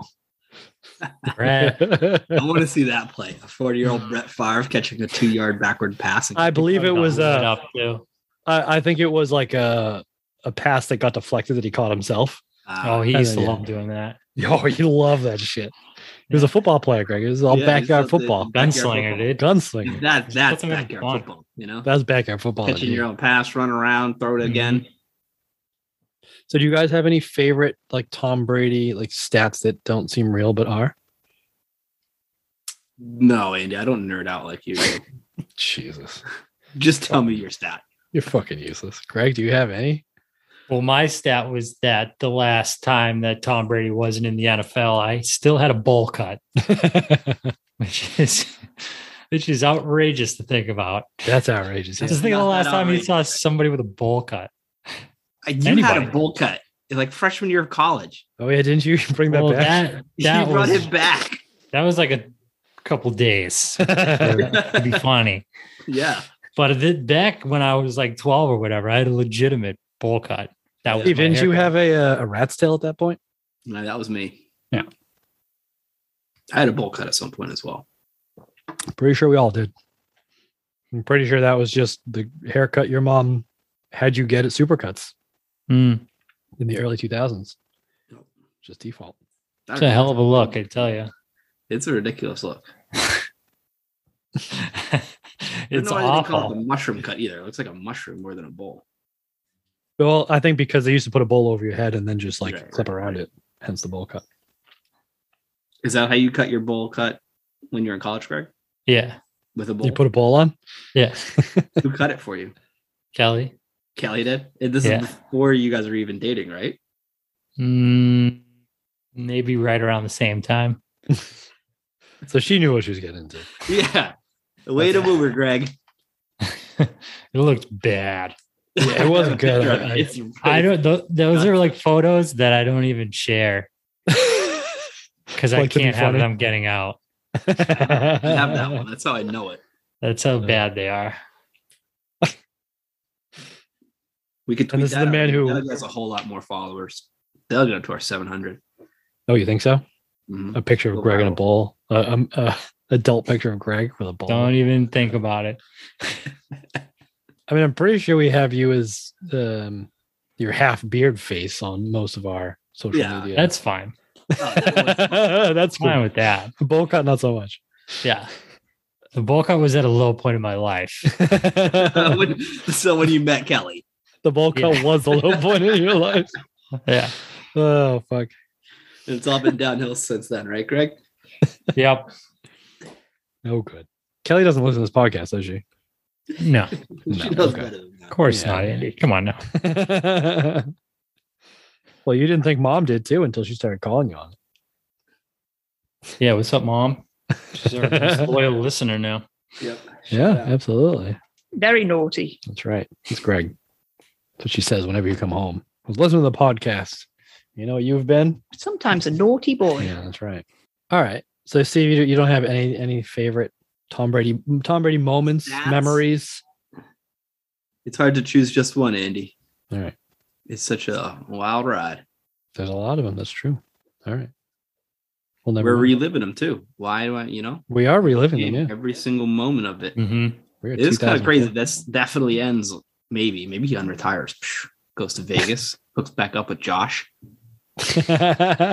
Speaker 3: Brad,
Speaker 4: I want to see that play. A 40 year old Brett Favre catching a two yard backward pass. and-
Speaker 2: I believe it was.
Speaker 3: Lit
Speaker 2: Uh,
Speaker 3: up too.
Speaker 2: I, I think it was like a a pass that got deflected that he caught himself.
Speaker 3: Oh,
Speaker 4: Uh,
Speaker 3: he
Speaker 2: I
Speaker 3: used to
Speaker 2: don't know.
Speaker 3: love doing that.
Speaker 2: Oh, you love that shit. He was a football player, Greg. It was all
Speaker 4: Yeah, he's
Speaker 2: backyard
Speaker 4: the- the-
Speaker 2: football,
Speaker 4: Backyard
Speaker 3: Gunslinger,
Speaker 4: football.
Speaker 3: dude.
Speaker 2: gunslinger.
Speaker 4: that,
Speaker 3: Just
Speaker 4: that's
Speaker 3: put them in
Speaker 4: backyard
Speaker 3: front.
Speaker 4: football, you know?
Speaker 2: That's backyard football.
Speaker 4: Catching
Speaker 2: dude.
Speaker 4: your own pass, run around, throw
Speaker 3: Mm-hmm.
Speaker 4: it again.
Speaker 2: So do you guys have any favorite like Tom Brady like stats that don't seem real but are?
Speaker 4: No, Andy, I don't nerd out like you. do.
Speaker 2: Jesus.
Speaker 4: Just tell me your stat.
Speaker 2: You're fucking useless. Greg, do you have any?
Speaker 3: Well, my stat was that the last time that Tom Brady wasn't in the NFL, I still had a bowl cut, which is which is outrageous to think about.
Speaker 2: That's outrageous.
Speaker 4: That's
Speaker 3: Just think of the
Speaker 4: not
Speaker 3: last
Speaker 4: that
Speaker 3: time you
Speaker 4: outrageous.
Speaker 3: saw somebody with a bowl cut.
Speaker 4: I do had a
Speaker 3: Anybody.
Speaker 4: bowl cut in, like freshman year of college.
Speaker 2: Oh yeah, didn't you bring that
Speaker 3: Well,
Speaker 2: back?
Speaker 3: that that
Speaker 4: you brought
Speaker 3: was
Speaker 4: it back.
Speaker 3: that was like a couple days. It'd be funny,
Speaker 4: Yeah.
Speaker 3: but it did- back when I was like twelve or whatever, I had a legitimate bowl cut. That was
Speaker 2: Steve,
Speaker 3: my
Speaker 2: didn't you
Speaker 3: haircut.
Speaker 2: have a uh, a rat's tail at that point?
Speaker 4: No, that was me.
Speaker 3: Yeah.
Speaker 4: I had a bowl cut at some point as well.
Speaker 2: Pretty sure we all did. I'm pretty sure that was just the haircut your mom had you get at Supercuts
Speaker 3: Mm,
Speaker 2: in the early 2000s.
Speaker 4: Yep.
Speaker 2: Just default.
Speaker 3: it's a hell of a look, I tell you.
Speaker 4: It's a ridiculous look. I don't
Speaker 3: it's
Speaker 4: know why they call it
Speaker 3: awful.
Speaker 4: the mushroom cut either. It looks like a mushroom more than a bowl.
Speaker 2: Well, I think because they used to put a bowl over your head and then just like
Speaker 4: Right,
Speaker 2: clip around it, hence the bowl cut.
Speaker 4: Is that how you cut your bowl cut when you're in college, Greg?
Speaker 3: Yeah,
Speaker 4: With a bowl?
Speaker 2: You put a bowl on?
Speaker 3: yeah,
Speaker 4: Who cut it for you?
Speaker 3: Kelly.
Speaker 4: Kelly did. And this
Speaker 3: Yeah.
Speaker 4: is before you guys were even dating, right?
Speaker 3: Mm, maybe right around the same time.
Speaker 2: So she knew what she was getting into.
Speaker 4: Yeah. Way to boomer, Greg.
Speaker 3: it looked bad.
Speaker 2: Yeah, it wasn't good.
Speaker 4: Picture of
Speaker 2: I-
Speaker 4: it. It's
Speaker 3: I don't. Th- those are like photos that I don't even share
Speaker 2: Oh,
Speaker 3: because I
Speaker 2: Like to be
Speaker 3: can't have
Speaker 2: funny.
Speaker 3: them getting out.
Speaker 4: I have that one. That's how I know it.
Speaker 3: That's how
Speaker 2: Yeah.
Speaker 3: bad they are.
Speaker 4: We could.
Speaker 2: And
Speaker 4: tweet
Speaker 2: this is
Speaker 4: that
Speaker 2: the
Speaker 4: out.
Speaker 2: man who-
Speaker 4: Doug has a whole lot more followers. They'll get up to our 700.
Speaker 2: oh, you think so?
Speaker 4: Mhm.
Speaker 2: A picture of Greg in a bowl. Uh, um, uh, adult picture of Greg with a bowl.
Speaker 3: Don't even think about it.
Speaker 2: I mean, I'm pretty sure we have you as um, your half beard face on most of our social
Speaker 4: Yeah.
Speaker 2: media.
Speaker 3: That's fine.
Speaker 4: Oh, that was-
Speaker 2: that's
Speaker 3: Fine
Speaker 2: cool.
Speaker 3: with that.
Speaker 2: Bowl cut, not so much.
Speaker 3: Yeah. The bowl cut was at a low point in my life.
Speaker 2: the
Speaker 4: when- so when you met Kelly,
Speaker 2: bowl cut
Speaker 3: Yeah.
Speaker 2: was the low point in your life.
Speaker 3: Yeah.
Speaker 2: Oh fuck.
Speaker 4: it's all been downhill since then, right, Greg?
Speaker 3: Yep.
Speaker 2: No good. Kelly doesn't listen to this podcast, does she?
Speaker 3: No, of
Speaker 2: No,
Speaker 4: she knows
Speaker 2: okay.
Speaker 4: better than that.
Speaker 3: course
Speaker 2: Yeah.
Speaker 3: not, Andy. Come on now.
Speaker 2: well, you didn't think mom did too until she started calling you on
Speaker 3: Yeah. What's up, mom? She's our most
Speaker 2: it.
Speaker 3: loyal listener now.
Speaker 4: Yep.
Speaker 2: yeah,
Speaker 4: Yeah.
Speaker 2: absolutely.
Speaker 1: Very naughty.
Speaker 2: That's right. It's Greg. That's what she says whenever you come home. I was listening to the podcast. You know what you've been?
Speaker 1: Sometimes a naughty boy.
Speaker 2: Yeah, that's right. All right. So Steve, you, you don't have any any favorite Tom Brady Tom Brady moments,
Speaker 4: That's-
Speaker 2: memories.
Speaker 4: It's hard to choose just one, Andy.
Speaker 2: All right.
Speaker 4: It's such a wild ride.
Speaker 2: There's a lot of them. That's true. All right. We'll never.
Speaker 4: We're
Speaker 2: know.
Speaker 4: reliving them too. Why do I, you know,
Speaker 2: we are reliving them. Yeah.
Speaker 4: every single moment of it.
Speaker 3: Mm-hmm.
Speaker 2: We're at
Speaker 4: It is kind of
Speaker 2: 2000.
Speaker 4: crazy. That's definitely ends. Maybe, maybe he unretires, Psh, goes to Vegas, hooks back up with Josh.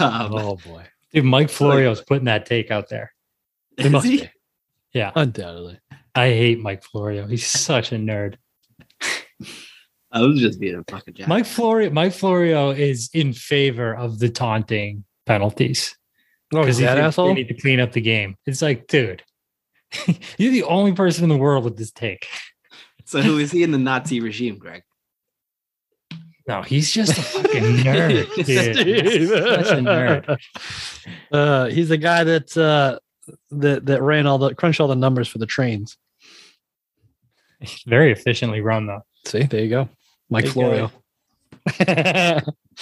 Speaker 4: Um,
Speaker 2: oh boy. Oh,
Speaker 3: Dude, Mike Florio's putting that take out there.
Speaker 2: It
Speaker 4: is
Speaker 2: must
Speaker 4: he?
Speaker 2: be.
Speaker 3: Yeah.
Speaker 2: Undoubtedly.
Speaker 3: I hate Mike Florio. He's such a nerd.
Speaker 4: I was just being a fucking jack.
Speaker 3: Mike Florio Mike Florio is in favor of the taunting penalties.
Speaker 2: Oh,
Speaker 3: because
Speaker 2: is
Speaker 3: he
Speaker 2: that
Speaker 3: thinks
Speaker 2: asshole?
Speaker 3: They need to clean up the game. It's like, dude, you're the only person in the world with this take.
Speaker 4: So who is he in the Nazi regime, Greg?
Speaker 3: No, he's just a fucking nerd, dude.
Speaker 2: Steve.
Speaker 3: Such a nerd.
Speaker 2: Uh, he's the guy that uh, that that ran all the crunched all the numbers for the trains.
Speaker 3: Very efficiently run though.
Speaker 2: See, there you go, Mike
Speaker 3: There you
Speaker 2: Florio.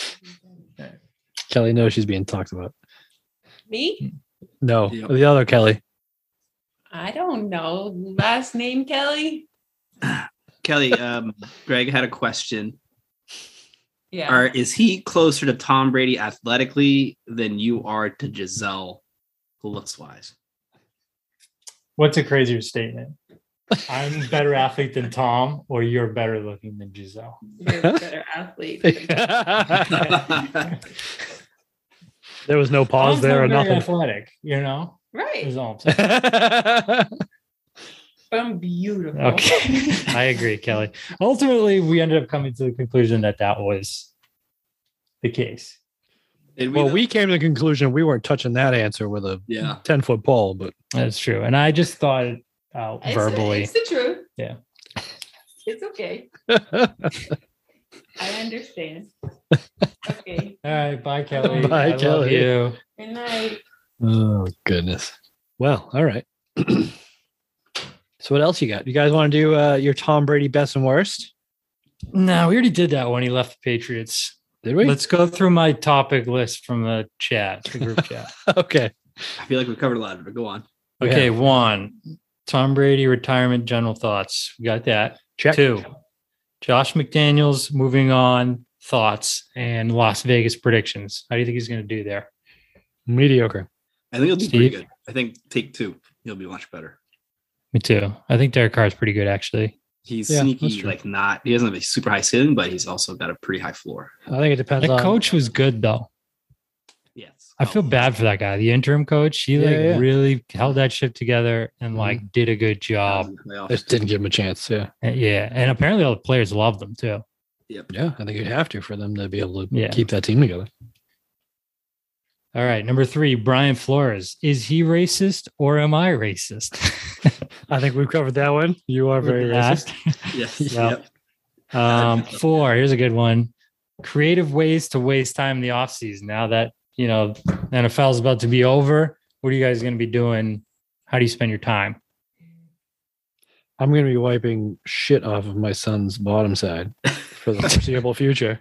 Speaker 2: Kelly knows she's being talked about.
Speaker 5: Me?
Speaker 2: No,
Speaker 4: Yep.
Speaker 2: the other Kelly.
Speaker 5: I don't know. Last name Kelly?
Speaker 4: Kelly, um, Greg had a question.
Speaker 5: Yeah.
Speaker 4: Are is he closer to Tom Brady athletically than you are to Giselle looks wise?
Speaker 3: What's a crazier statement? I'm a better athlete than Tom, or you're better looking than Giselle.
Speaker 5: You're a better athlete.
Speaker 4: I
Speaker 2: There was no pause
Speaker 3: Tom's
Speaker 2: there
Speaker 3: not
Speaker 2: or
Speaker 3: very
Speaker 2: nothing.
Speaker 3: Athletic, you know. Is
Speaker 5: Right.
Speaker 3: all I'm saying.
Speaker 5: I'm beautiful.
Speaker 3: Okay. I agree, Kelly. Ultimately, we ended up coming to the conclusion that that was the case.
Speaker 4: Did
Speaker 2: well,
Speaker 4: though?
Speaker 2: we came to the conclusion we weren't touching that answer with a
Speaker 4: yeah.
Speaker 2: ten foot pole, but
Speaker 3: That's true. And I just thought it out
Speaker 5: It's-
Speaker 3: verbally.
Speaker 5: It's, the truth.
Speaker 3: Yeah.
Speaker 5: It's okay. I understand. Okay.
Speaker 3: All right. Bye, Kelly.
Speaker 2: Bye,
Speaker 3: I love
Speaker 2: Kelly.
Speaker 3: you.
Speaker 5: Good night.
Speaker 2: Oh goodness. Well, all right. so what else you got? You guys want to do uh, your Tom Brady best and worst?
Speaker 3: No, we already did that when he left the Patriots.
Speaker 2: Did we?
Speaker 3: Let's go through my topic list from the chat, the group chat.
Speaker 2: okay.
Speaker 4: I feel like we covered a lot of it. Go on.
Speaker 3: Okay, one, Tom Brady retirement general thoughts. We got that.
Speaker 2: Check.
Speaker 3: Two, Josh McDaniels moving on thoughts and Las Vegas predictions. How do you think he's going to do there?
Speaker 2: Mediocre.
Speaker 4: I think he'll do pretty
Speaker 3: Steve?
Speaker 4: good. I think take two, he'll be much better.
Speaker 3: Me too. I think Derek Carr's pretty good, actually.
Speaker 4: He's
Speaker 2: Yeah, that's
Speaker 4: sneaky,
Speaker 2: true.
Speaker 4: like not. He doesn't have a super high ceiling, but he's also got a pretty high floor.
Speaker 2: I think it depends
Speaker 3: The
Speaker 2: on
Speaker 3: coach was good, though.
Speaker 4: Yes,
Speaker 3: I feel bad for that guy. The interim coach, he
Speaker 2: Oh, Yeah,
Speaker 3: like
Speaker 2: yeah.
Speaker 3: really held that ship together and
Speaker 2: Mhm.
Speaker 3: like did a good job.
Speaker 2: Just didn't give him a chance. Yeah.
Speaker 3: And- Yeah. And apparently all the players loved him too.
Speaker 2: Yeah. I think you'd have to for them to be able to
Speaker 3: Yeah.
Speaker 2: keep that team together.
Speaker 3: All right. Number three, Brian Flores. Is he racist or am I racist?
Speaker 2: I think we've covered that one. You are very racist.
Speaker 4: Yes.
Speaker 3: Yeah.
Speaker 4: Yep.
Speaker 3: Um, four. Here's a good one. Creative ways to waste time in the offseason. Now that you know NFL is about to be over, what are you guys going to be doing? How do you spend your time?
Speaker 2: I'm going to be wiping shit off of my son's bottom side for the foreseeable future.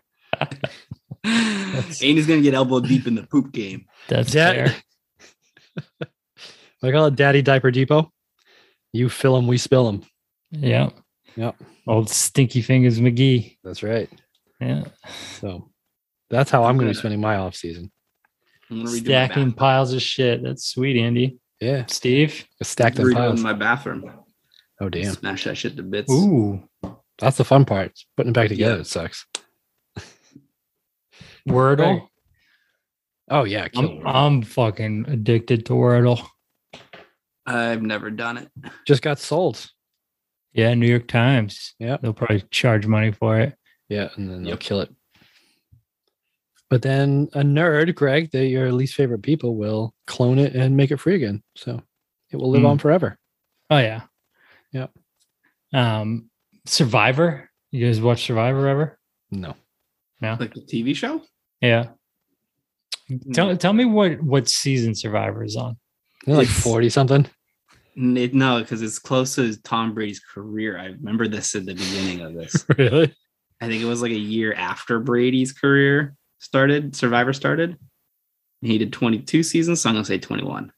Speaker 4: And he's gonna get elbow deep in the poop game.
Speaker 3: That's
Speaker 2: That-
Speaker 3: fair.
Speaker 2: I call it Daddy Diaper Depot. You fill them, we spill them.
Speaker 3: Yeah.
Speaker 2: Yep.
Speaker 3: Old stinky fingers McGee.
Speaker 2: That's right.
Speaker 3: Yeah.
Speaker 2: So that's how I'm going to be
Speaker 4: Good.
Speaker 2: spending my off season.
Speaker 4: I'm gonna redo my
Speaker 3: Stacking
Speaker 4: bath-
Speaker 3: piles of shit. That's sweet, Andy.
Speaker 2: Yeah,
Speaker 3: Steve.
Speaker 2: stack them
Speaker 4: redoing
Speaker 2: piles.
Speaker 4: my bathroom.
Speaker 2: Oh damn,
Speaker 4: Smash that shit to bits.
Speaker 3: Ooh.
Speaker 2: that's the fun part. It's Putting it back together
Speaker 4: Yeah.
Speaker 2: it sucks.
Speaker 3: Wordle.
Speaker 2: Oh yeah, kill
Speaker 3: I'm,
Speaker 2: it.
Speaker 3: I'm fucking addicted to Wordle.
Speaker 4: I've never done it.
Speaker 2: just got sold.
Speaker 3: Yeah, New York Times.
Speaker 2: Yep.
Speaker 3: They'll probably charge money for it.
Speaker 2: Yeah, and then they'll
Speaker 4: Yep.
Speaker 2: kill it. But then a nerd, Greg, that your least favorite people will clone it and make it free again. So it will live
Speaker 3: Hmm.
Speaker 2: on forever.
Speaker 3: Oh yeah.
Speaker 2: Yep.
Speaker 3: Um Survivor. You guys watch Survivor ever?
Speaker 2: No,
Speaker 4: Like the TV show?
Speaker 3: Yeah. Tell tell me what what season Survivor is on.
Speaker 2: They're like
Speaker 4: It's-
Speaker 2: forty something.
Speaker 4: N- it- no, because it's close to Tom Brady's career. I remember this at the beginning of this.
Speaker 2: Really?
Speaker 4: I think it was like a year after Brady's career started, Survivor started. And he did 22 seasons, so I'm gonna say 21.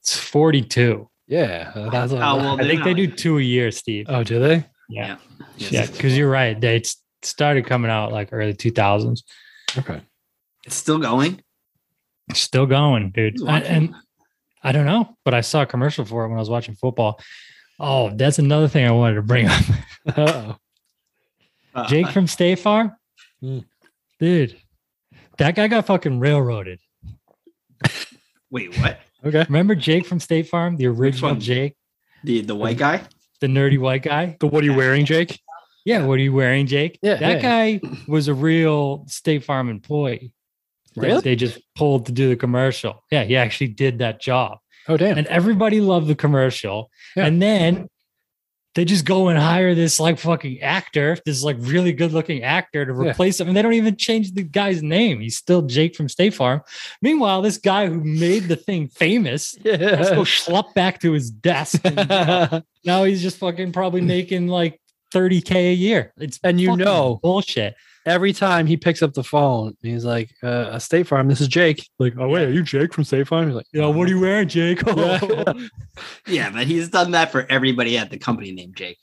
Speaker 3: It's 42.
Speaker 2: Yeah. uh, That's a
Speaker 4: How
Speaker 2: lot.
Speaker 4: old-
Speaker 3: I think they do two a year, Steve.
Speaker 2: Oh, do they?
Speaker 3: yeah.
Speaker 4: Yes.
Speaker 3: Yeah, because you're right. They s- started coming out like early 2000s.
Speaker 2: Okay.
Speaker 4: It's still going.
Speaker 3: Still going, dude.
Speaker 4: Who's
Speaker 3: I,
Speaker 4: watching?
Speaker 3: and I don't know, but I saw a commercial for it when I was watching football. Oh, that's another thing I wanted to bring up.
Speaker 2: Oh,
Speaker 4: Uh,
Speaker 3: Jake from Stay Far,
Speaker 2: Mm.
Speaker 3: dude, that guy got fucking railroaded.
Speaker 4: Wait, what?
Speaker 2: Okay.
Speaker 3: Remember Jake from State Farm, the original
Speaker 4: one?
Speaker 3: Jake,
Speaker 4: The the white guy.
Speaker 3: the nerdy white guy?
Speaker 2: The what are you wearing, Jake?
Speaker 3: Yeah, what are you wearing, Jake?
Speaker 2: Yeah,
Speaker 3: that guy was a real State Farm employee. that
Speaker 2: Really?
Speaker 3: They just pulled to do the commercial. Yeah, he actually did that job.
Speaker 2: Oh damn.
Speaker 3: And everybody loved the commercial.
Speaker 2: Yeah.
Speaker 3: And then they just go and hire this like fucking actor, this like really good looking actor to
Speaker 2: Yeah.
Speaker 3: replace him. And they don't even change the guy's name. He's still Jake from State Farm. Meanwhile, this guy who made the thing famous has to go
Speaker 2: yeah.
Speaker 3: schlep back to his desk. And now he's just fucking probably making like 30K a year. It's
Speaker 2: And you
Speaker 3: fucking
Speaker 2: know-
Speaker 3: bullshit.
Speaker 2: Every time he picks up the phone, he's like, uh, a State Farm, this is Jake. Like, oh wait, are you Jake from State Farm? He's like,
Speaker 3: You know, what are you wearing, Jake?
Speaker 2: Yeah.
Speaker 4: Yeah, but he's done that for everybody at the company named Jake.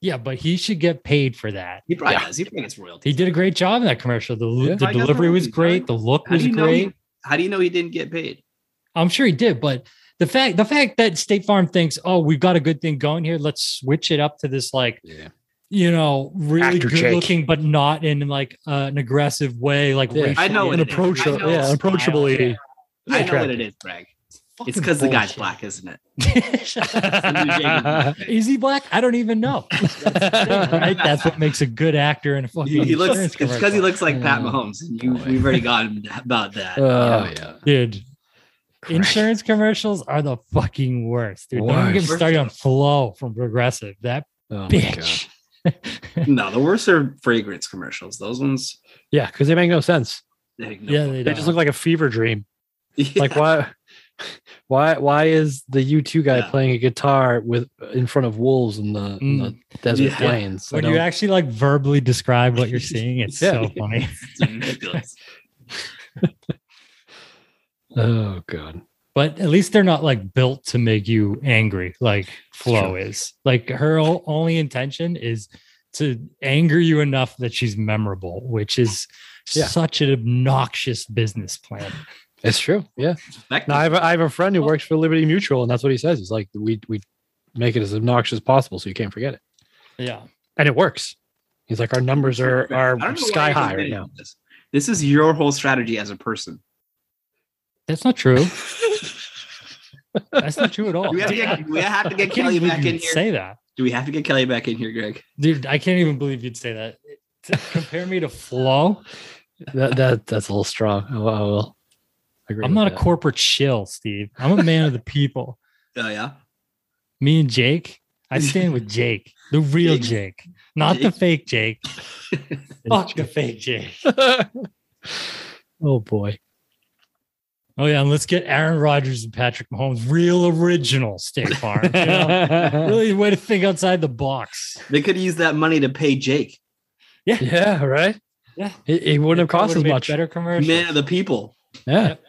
Speaker 3: yeah, but he should get paid for that.
Speaker 4: He probably does. He probably gets royalty.
Speaker 3: He did a great job in that commercial. The,
Speaker 2: Yeah.
Speaker 3: the
Speaker 4: I guess
Speaker 3: delivery
Speaker 4: I'm
Speaker 3: was
Speaker 4: right.
Speaker 3: great. The look
Speaker 4: How do
Speaker 3: was
Speaker 4: you know?
Speaker 3: great.
Speaker 4: He, how do you know he didn't get paid?
Speaker 3: I'm sure he did, but the fact the fact that State Farm thinks, oh, we've got a good thing going here. Let's switch it up to this like,
Speaker 2: Yeah.
Speaker 3: you know, really
Speaker 2: Actor
Speaker 3: good
Speaker 2: Jake.
Speaker 3: looking, but not in like uh, an aggressive way, like
Speaker 2: Yeah.
Speaker 4: I
Speaker 3: racially
Speaker 4: know what
Speaker 2: An
Speaker 4: it is. I
Speaker 2: approachable,
Speaker 4: know
Speaker 2: yeah,
Speaker 4: it's
Speaker 2: approachably.
Speaker 4: I know what
Speaker 2: Attractive.
Speaker 4: it is, Greg.
Speaker 3: fucking
Speaker 4: It's because the guy's
Speaker 3: bullshit.
Speaker 4: black, isn't it?
Speaker 3: Is he black? I don't even know. Right? That's what makes a good actor and a fucking.
Speaker 4: He, he looks.
Speaker 3: insurance
Speaker 4: It's because he
Speaker 3: commercial.
Speaker 4: looks like Pat
Speaker 2: Yeah.
Speaker 4: Mahomes, and you, we've already gotten about that.
Speaker 2: Oh yeah.
Speaker 3: dude. Insurance commercials are the fucking worst, dude. Don't even get me
Speaker 4: Worst.
Speaker 3: started on Flow from Progressive. That
Speaker 2: Oh, my God.
Speaker 3: bitch.
Speaker 4: no, the worst are fragrance commercials. Those ones.
Speaker 2: Yeah, because they make no sense.
Speaker 4: They make no
Speaker 3: yeah,
Speaker 4: point.
Speaker 3: they,
Speaker 2: They
Speaker 3: don't.
Speaker 2: just look like a fever dream.
Speaker 4: Yeah.
Speaker 2: Like why why why is the U2 guy
Speaker 4: Yeah.
Speaker 2: playing a guitar with uh, in front of wolves in the, in the desert
Speaker 4: Yeah.
Speaker 2: plains? I
Speaker 3: when you
Speaker 2: don't-
Speaker 3: actually like verbally describe what you're seeing, it's
Speaker 2: Yeah.
Speaker 3: so funny.
Speaker 4: It's ridiculous.
Speaker 2: oh god.
Speaker 3: But at least they're not like built to make you angry, like Flo is. Like her o- only intention is to anger you enough that she's memorable, which is
Speaker 2: Yeah.
Speaker 3: such an obnoxious business plan.
Speaker 2: It's true. Yeah.
Speaker 4: Effective.
Speaker 2: No, I have a, I have a friend who works for Liberty Mutual, and that's what he says. He's like, we we make it as obnoxious as possible so you can't forget it,
Speaker 3: Yeah.
Speaker 2: and it works. He's like, our numbers are
Speaker 4: I don't
Speaker 2: are
Speaker 4: know why
Speaker 2: sky
Speaker 4: you're
Speaker 2: high right
Speaker 4: admitting
Speaker 2: now.
Speaker 4: This. This is your whole strategy as a person.
Speaker 3: That's not true. That's not true
Speaker 2: Oh,
Speaker 3: at all.
Speaker 4: Do we have to
Speaker 3: I
Speaker 4: get, do we have to get
Speaker 3: can't
Speaker 4: Kelly
Speaker 3: even
Speaker 4: back
Speaker 3: believe
Speaker 4: in
Speaker 3: you'd
Speaker 4: here.
Speaker 3: say that.
Speaker 4: Do we have to get Kelly back in here, Greg?
Speaker 3: Dude, I can't even believe you'd say that. To compare me to Flo.
Speaker 2: That, that that's a little strong. I will, I will agree.
Speaker 3: I'm
Speaker 2: with
Speaker 3: not a
Speaker 2: that.
Speaker 3: corporate shill, Steve. I'm a man of the people.
Speaker 4: Oh yeah.
Speaker 3: Me and Jake, I stand with Jake, the real Jake, not the
Speaker 4: Jake.
Speaker 3: fake Jake. Fuck the fake Jake.
Speaker 2: oh boy.
Speaker 3: Oh yeah, and let's get Aaron Rodgers and Patrick Mahomes, real original State Farm. you know? Really way to think outside the box.
Speaker 4: They could use that money to pay Jake,
Speaker 2: Yeah, right.
Speaker 3: Yeah.
Speaker 2: it, it wouldn't have
Speaker 3: That
Speaker 2: cost
Speaker 3: would've
Speaker 2: as
Speaker 3: made a
Speaker 2: much.
Speaker 3: Better commercial.
Speaker 4: man of the people.
Speaker 2: Yeah,
Speaker 3: Yep.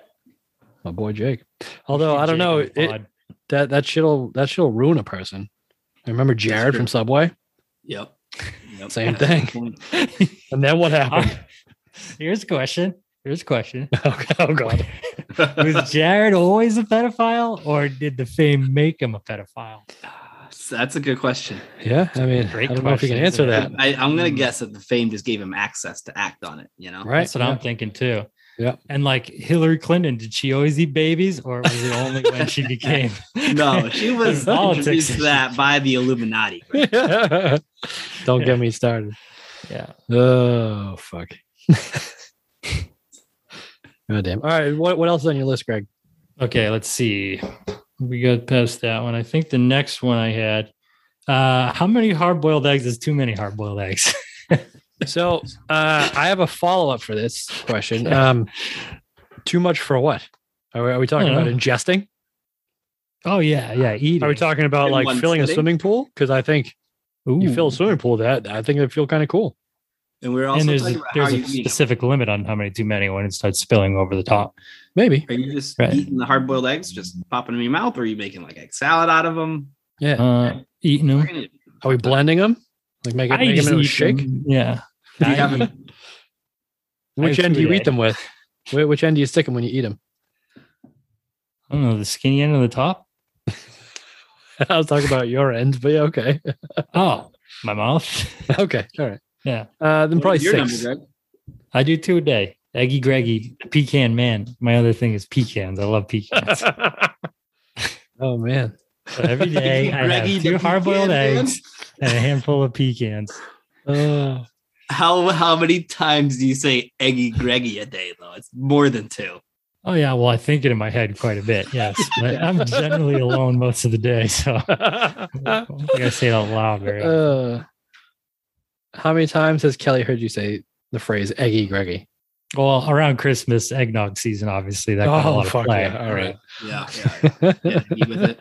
Speaker 2: my boy Jake. Although
Speaker 3: Jake
Speaker 2: I don't know
Speaker 3: on the
Speaker 2: it,
Speaker 3: pod.
Speaker 2: that that shit'll that shit'll ruin a person. I remember Jared
Speaker 4: true.
Speaker 2: from Subway,
Speaker 4: Yep. Yep.
Speaker 2: Same
Speaker 4: That's a good
Speaker 2: thing.
Speaker 4: point.
Speaker 2: and then what happened?
Speaker 3: Here's a question. Here's a question.
Speaker 2: oh, god!
Speaker 3: Was Jared always a pedophile, or did the fame make him a pedophile?
Speaker 4: So That's a good question.
Speaker 2: Yeah, I mean,
Speaker 3: Great
Speaker 2: I don't know if you can answer
Speaker 3: question, isn't
Speaker 2: that.
Speaker 4: I, I'm
Speaker 3: Hmm.
Speaker 4: gonna guess that the fame just gave him access to act on it. You know,
Speaker 2: Right?
Speaker 3: That's what I'm thinking too.
Speaker 2: Yeah.
Speaker 3: And like Hillary Clinton, did she always eat babies or was it only when she became?
Speaker 4: No, she was
Speaker 3: politics.
Speaker 4: introduced to that by the Illuminati.
Speaker 2: Yeah. don't
Speaker 3: Yeah.
Speaker 2: get me started.
Speaker 3: Yeah.
Speaker 2: Oh fuck. God damn. All right. What what else is on your list, Greg?
Speaker 3: Okay, let's see. We got past that one. I think the next one I had. Uh, how many hard boiled eggs is too many hard boiled eggs?
Speaker 2: So uh, I have a follow up for this question. Um, too much for what? Are we, are we talking
Speaker 3: I don't
Speaker 2: about
Speaker 3: know.
Speaker 2: ingesting?
Speaker 3: Oh yeah, yeah. Eating.
Speaker 2: Are we talking about
Speaker 4: In
Speaker 2: like
Speaker 4: one
Speaker 2: filling a
Speaker 4: sitting?
Speaker 2: swimming pool? Because I think
Speaker 3: Ooh.
Speaker 2: you fill a swimming pool that I think it'd feel kind of cool.
Speaker 4: And we are also
Speaker 3: And there's
Speaker 4: talking
Speaker 3: a,
Speaker 4: about
Speaker 3: there's
Speaker 4: how
Speaker 3: a
Speaker 4: you eat. 'em.
Speaker 3: specific limit on how many too many when it starts spilling over the top.
Speaker 2: Maybe.
Speaker 4: Are you just
Speaker 3: Right.
Speaker 4: eating the hard-boiled eggs, just popping them in your mouth, or are you making like egg salad out of them?
Speaker 2: Yeah.
Speaker 3: Uh, eating them.
Speaker 4: Do
Speaker 2: Are we blending them? Like make it,
Speaker 3: I
Speaker 2: make
Speaker 3: just
Speaker 2: them into a
Speaker 3: eat
Speaker 2: shake.
Speaker 3: them, Yeah.
Speaker 4: you
Speaker 3: I
Speaker 4: have
Speaker 3: eat-
Speaker 4: a-
Speaker 2: Which
Speaker 3: I have
Speaker 2: end do you
Speaker 3: food
Speaker 2: eat them with? Wh- Which end do you stick them when you eat them?
Speaker 3: I don't know Oh, the skinny end of the top.
Speaker 2: I was talking about your end, but yeah, okay,
Speaker 3: Oh, my mouth.
Speaker 2: okay, all right.
Speaker 3: Yeah.
Speaker 2: Uh, then
Speaker 4: what
Speaker 2: probably
Speaker 4: is your
Speaker 2: six.
Speaker 4: number, Greg?
Speaker 3: I do two a day. Eggy Greggy, pecan man. My other thing is pecans. I love pecans.
Speaker 2: oh man.
Speaker 3: So every day I
Speaker 4: Greggy
Speaker 3: have
Speaker 4: the
Speaker 3: two hard-boiled
Speaker 4: pecan man?
Speaker 3: eggs and a handful of pecans.
Speaker 2: Oh,
Speaker 4: How how many times do you say eggy greggy a day though? It's more than two.
Speaker 3: Oh yeah, well I think it in my head quite a bit. Yes, but I'm generally alone most of the day, so I don't think I say it out loud. Very often.
Speaker 2: Uh, how many times has Kelly heard you say the phrase "eggy greggy"?
Speaker 3: well, around Christmas eggnog season, obviously that got a lot of play.
Speaker 2: Oh, yeah! All right.
Speaker 4: Yeah. yeah, yeah. you with it.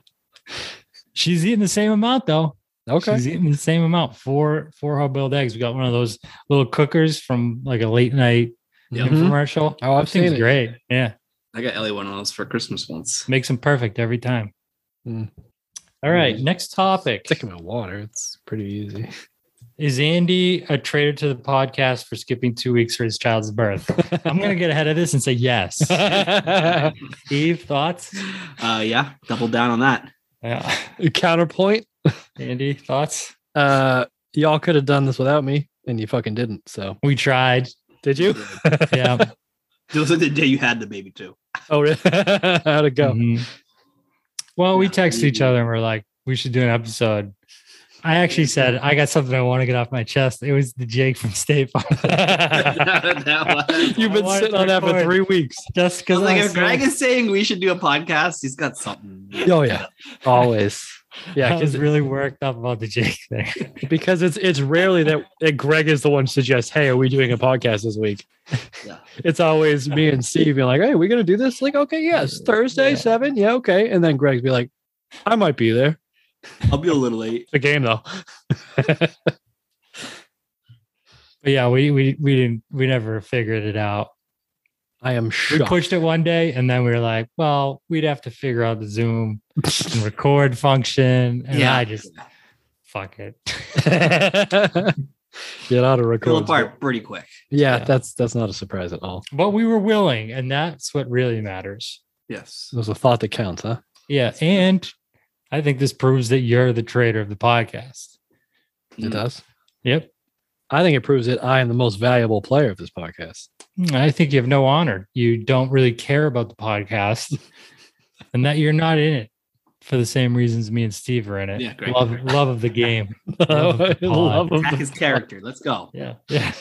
Speaker 3: She's eating the same amount though.
Speaker 2: okay.
Speaker 3: She's eating the same amount. Four four hard boiled eggs. We got one of those little cookers from like a late night
Speaker 2: Mhm.
Speaker 3: infomercial.
Speaker 2: Oh, I've seen
Speaker 3: Things
Speaker 2: it.
Speaker 3: great. Yeah.
Speaker 4: I got Ellie one of those for Christmas once.
Speaker 3: Makes them perfect every time.
Speaker 2: Mm.
Speaker 3: All right. Next topic.
Speaker 2: Sticking with water, it's pretty easy.
Speaker 3: Is Andy a traitor to the podcast for skipping two weeks for his child's birth? I'm going to get ahead of this and say yes. Eve, thoughts?
Speaker 4: Uh yeah, double down on that.
Speaker 3: Yeah.
Speaker 2: Counterpoint:
Speaker 3: Andy, thoughts?
Speaker 2: uh, Y'all could have done this without me, and you fucking didn't. So
Speaker 3: We tried.
Speaker 2: did you?
Speaker 3: Yeah.
Speaker 4: It was the day you had the baby too.
Speaker 2: oh, really? how'd it go?
Speaker 3: Mhm. Well, we
Speaker 4: Yeah,
Speaker 3: texted
Speaker 4: we-
Speaker 3: each other and we're like, we should do an episode. I actually said, I got something I want to get off my chest. It was the Jake from State Farm.
Speaker 4: That was-
Speaker 2: You've been
Speaker 3: I wanted
Speaker 2: sitting
Speaker 3: to
Speaker 2: on that for
Speaker 3: record.
Speaker 2: three weeks.
Speaker 3: Just
Speaker 4: I was
Speaker 3: because
Speaker 4: like
Speaker 3: I
Speaker 4: if
Speaker 3: was
Speaker 4: Greg
Speaker 3: so-
Speaker 4: is saying we should do a podcast, he's got something.
Speaker 2: Oh yeah, always. Yeah,
Speaker 3: I was
Speaker 2: because
Speaker 3: really worked up about the Jake thing.
Speaker 2: because it's it's rarely that, that Greg is the one who suggests, "Hey, are we doing a podcast this week?"
Speaker 4: Yeah.
Speaker 2: It's always me and Steve being like, "Hey, we gonna do this?" Like, okay, yes, Thursday
Speaker 3: Yeah.
Speaker 2: seven, yeah, okay, and then Greg's be like, "I might be there."
Speaker 4: I'll be a little late.
Speaker 2: The game though,
Speaker 3: But yeah, we we we didn't we never figured it out.
Speaker 2: I am
Speaker 3: We
Speaker 2: shocked.
Speaker 3: pushed it one day, and then we were like, well, we'd have to figure out the Zoom and record function. And
Speaker 4: yeah,
Speaker 3: I just fuck it.
Speaker 2: Get out of
Speaker 4: fell
Speaker 2: record.
Speaker 4: apart pretty quick.
Speaker 2: Yeah,
Speaker 3: Yeah.
Speaker 2: that's that's not a surprise at all.
Speaker 3: But we were willing, and that's what really matters.
Speaker 4: Yes.
Speaker 2: It was a thought that counts, huh?
Speaker 3: Yeah, and I think this proves that you're the traitor of the podcast.
Speaker 2: It
Speaker 4: Mm.
Speaker 2: does.
Speaker 3: Yep,
Speaker 2: I think it proves that I am the most valuable player of this podcast.
Speaker 3: Hmm, I think you have no honor. You don't really care about the podcast, and that you're not in it for the same reasons me and Steve are in it.
Speaker 4: Yeah, great.
Speaker 3: love love of the game. Love of the
Speaker 2: Love of
Speaker 4: Attack his character. Let's go.
Speaker 3: Yeah, yeah.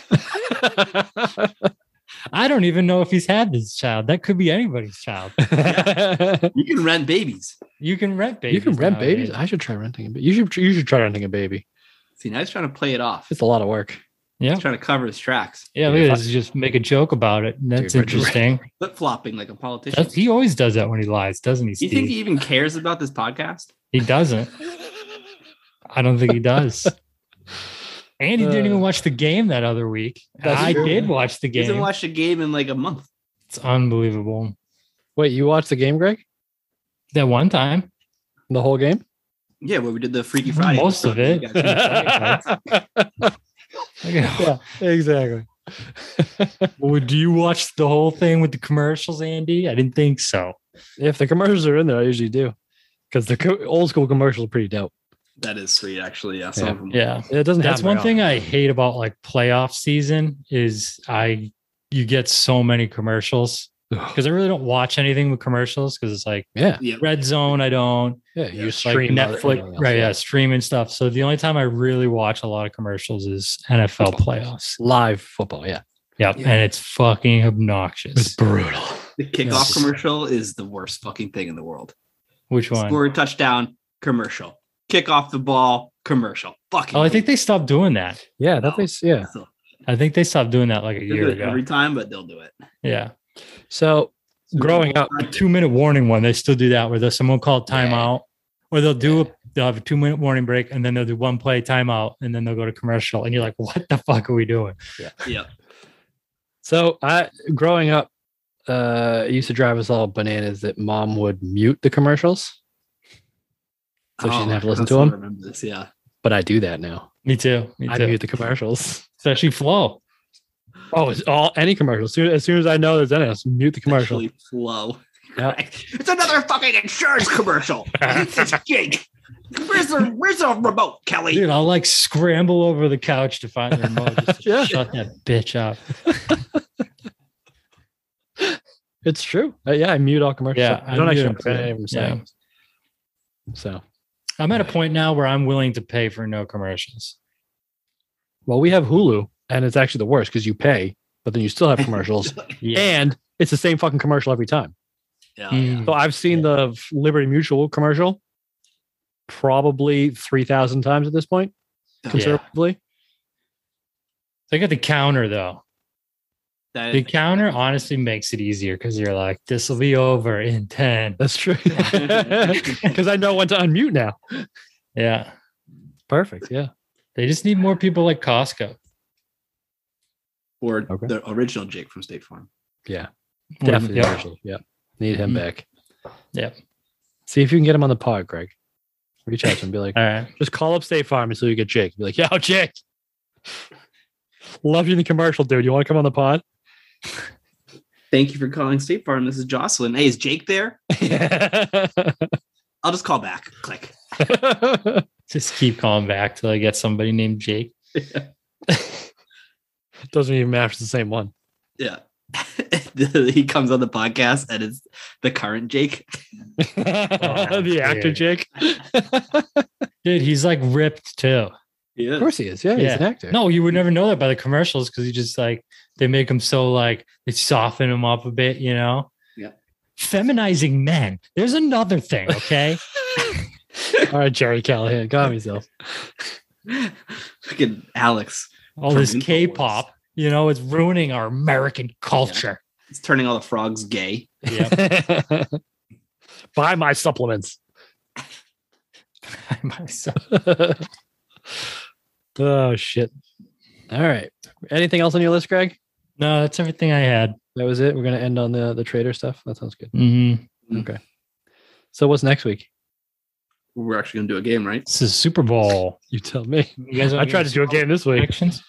Speaker 3: I don't even know if he's had this child. That could be anybody's child.
Speaker 4: You can rent babies.
Speaker 3: You can rent babies.
Speaker 2: you can rent babies.
Speaker 3: nowadays.
Speaker 2: I should try renting a baby. You should you should try renting a baby.
Speaker 4: See, now he's trying to play it off.
Speaker 2: It's a lot of work.
Speaker 3: Yeah,
Speaker 4: He's trying to cover his tracks.
Speaker 3: yeah.
Speaker 2: If
Speaker 3: Look
Speaker 2: I-
Speaker 3: at this. Just make a joke about it. That's
Speaker 2: Dude, Richard-
Speaker 3: interesting.
Speaker 4: Flip flopping like a politician.
Speaker 3: That's, he always does that when he lies, doesn't he?
Speaker 4: Do you
Speaker 3: Steve?
Speaker 4: think he even cares about this podcast?
Speaker 3: He doesn't. I don't think he does. Andy didn't
Speaker 2: Uh,
Speaker 3: even watch the game that other week.
Speaker 2: that's
Speaker 3: I
Speaker 2: true.
Speaker 3: did watch the
Speaker 4: He hasn't
Speaker 3: game.
Speaker 4: watched a game in like a month.
Speaker 3: it's unbelievable.
Speaker 2: Wait, you watched the game, Greg?
Speaker 3: That one time,
Speaker 2: The whole game?
Speaker 4: Yeah, where we did the Freaky Friday.
Speaker 3: Most of it.
Speaker 4: You guys-
Speaker 3: Look at-
Speaker 2: exactly.
Speaker 3: Well, do you watch the whole thing with the commercials, Andy? I didn't think so.
Speaker 2: If the commercials are in there, I usually do because the co- old school commercials are pretty dope.
Speaker 4: That is sweet, actually. Yeah. Some
Speaker 2: Yeah.
Speaker 4: of them.
Speaker 3: Yeah,
Speaker 2: It doesn't.
Speaker 3: that's
Speaker 2: happen very
Speaker 3: one thing I hate about like playoff season is I you get so many commercials
Speaker 2: often.
Speaker 3: because I really don't watch anything with commercials because it's like
Speaker 2: yeah,
Speaker 4: Yeah.
Speaker 3: Red Zone. I don't.
Speaker 2: yeah.
Speaker 4: Yeah,
Speaker 2: You
Speaker 4: like
Speaker 3: like
Speaker 2: stream other- everything
Speaker 3: Netflix,
Speaker 2: else,
Speaker 3: right? Yeah, streaming stuff. So the only time I really watch a lot of commercials is NFL playoffs.
Speaker 2: Live football. Yeah,
Speaker 3: Yep,
Speaker 4: Yeah.
Speaker 3: and it's fucking
Speaker 2: it's
Speaker 3: obnoxious.
Speaker 2: brutal.
Speaker 4: The kickoff commercial is the worst fucking thing in the world.
Speaker 3: Which one?
Speaker 4: Score a touchdown, commercial. Kick off the ball, commercial. Fucking.
Speaker 3: Oh, I think they stopped doing that.
Speaker 2: Yeah, that
Speaker 4: No.
Speaker 2: is. Yeah.
Speaker 4: So,
Speaker 3: I think they stopped doing that like a
Speaker 4: they do
Speaker 3: year
Speaker 4: it every
Speaker 3: ago.
Speaker 4: time, but they'll do it.
Speaker 3: Yeah,
Speaker 2: So growing up,
Speaker 3: a two minute warning one. They still do that where they'll someone called timeout, or they'll do a, they'll have a two minute warning break, and then they'll do one play timeout, and then they'll go to commercial, and you're like, what the fuck are we doing?
Speaker 4: Yeah.
Speaker 2: So I growing up, uh, it used to drive us all bananas that mom would mute the commercials, So she didn't have to listen to
Speaker 4: I
Speaker 2: 'em?
Speaker 4: Remember this? Yeah.
Speaker 2: but I do that now.
Speaker 3: Me too. Me
Speaker 2: I
Speaker 3: too.
Speaker 2: mute the commercials.
Speaker 3: Especially flow.
Speaker 2: Oh, it's all any commercial. Soon, as soon as I know there's any, I'll mute the commercial.
Speaker 4: Actually Flow.
Speaker 2: Yeah.
Speaker 4: It's another fucking insurance commercial. this is Jake. Where's the where's the remote, Kelly?
Speaker 3: Dude, I'll like scramble over the couch to find the remote just to
Speaker 2: Yeah.
Speaker 3: shut that bitch up.
Speaker 2: It's true. Uh, yeah, I mute all commercials.
Speaker 3: Yeah,
Speaker 2: I
Speaker 3: I
Speaker 2: don't actually
Speaker 3: mute them,
Speaker 2: understand any of them
Speaker 3: yeah.
Speaker 2: saying. So,
Speaker 3: I'm at a point now where I'm willing to pay for no commercials.
Speaker 2: well, we have Hulu, and it's actually the worst because you pay, but then you still have commercials, and it's the same fucking commercial every time.
Speaker 4: Yeah.
Speaker 3: Mm.
Speaker 2: So I've seen the Liberty Mutual commercial probably three thousand times at this point, conservatively.
Speaker 3: They got the counter though.
Speaker 4: That
Speaker 3: The counter honestly makes it easier because you're like, this will be over in 10.
Speaker 2: That's true. Because I know when to unmute now.
Speaker 3: Yeah.
Speaker 2: Perfect. Yeah.
Speaker 3: They just need more people like Costco.
Speaker 4: or
Speaker 2: Okay.
Speaker 4: the original Jake from State Farm.
Speaker 2: Yeah. Definitely. Mm-hmm.
Speaker 3: Yeah.
Speaker 2: commercial. Yeah. Need him
Speaker 3: Mhm.
Speaker 2: back.
Speaker 3: Yep.
Speaker 2: See if you can get him on the pod, Greg. Reach out to him. Be like,
Speaker 3: All right.
Speaker 2: just call up State Farm until you get Jake. Be like, yo, Jake. Love you in the commercial, dude. You want to come on the pod?
Speaker 4: Thank you for calling State Farm. This is Jocelyn. Hey, is Jake there? I'll just call back. Click.
Speaker 3: Just keep calling back till I get somebody named Jake.
Speaker 2: Doesn't even matter if it's the same one.
Speaker 4: Yeah. he comes on the podcast and it's the current Jake.
Speaker 2: the actor
Speaker 3: dude.
Speaker 2: Jake.
Speaker 3: Dude, he's like ripped too.
Speaker 4: Yeah.
Speaker 2: Of course he is. Yeah, he's
Speaker 3: Yeah.
Speaker 2: an actor.
Speaker 3: No, you would never know that by the commercials because you just like they make him so like they soften him up a bit, you know.
Speaker 4: Yeah.
Speaker 3: Feminizing men. There's another thing, okay?
Speaker 2: All right, Jerry Callahan. Got himself.
Speaker 4: Fucking Alex.
Speaker 3: All
Speaker 4: From
Speaker 3: this
Speaker 4: Infowars.
Speaker 3: K-pop, you know, it's ruining our American culture.
Speaker 4: It's turning all the frogs gay.
Speaker 3: Yeah.
Speaker 2: Buy my supplements.
Speaker 3: I myself.
Speaker 2: oh shit. All right. Anything else on your list, Greg?
Speaker 3: No, that's everything I had.
Speaker 2: That was it. We're gonna end on the the trader stuff. That sounds good.
Speaker 3: Mhm.
Speaker 2: So what's next week?
Speaker 4: We're actually gonna do a game, right?
Speaker 3: This is Super Bowl.
Speaker 2: You tell me.
Speaker 3: You guys
Speaker 2: I
Speaker 3: wanna
Speaker 2: tried
Speaker 3: give
Speaker 2: to do a
Speaker 3: Super Bowl
Speaker 2: game this week.
Speaker 3: predictions?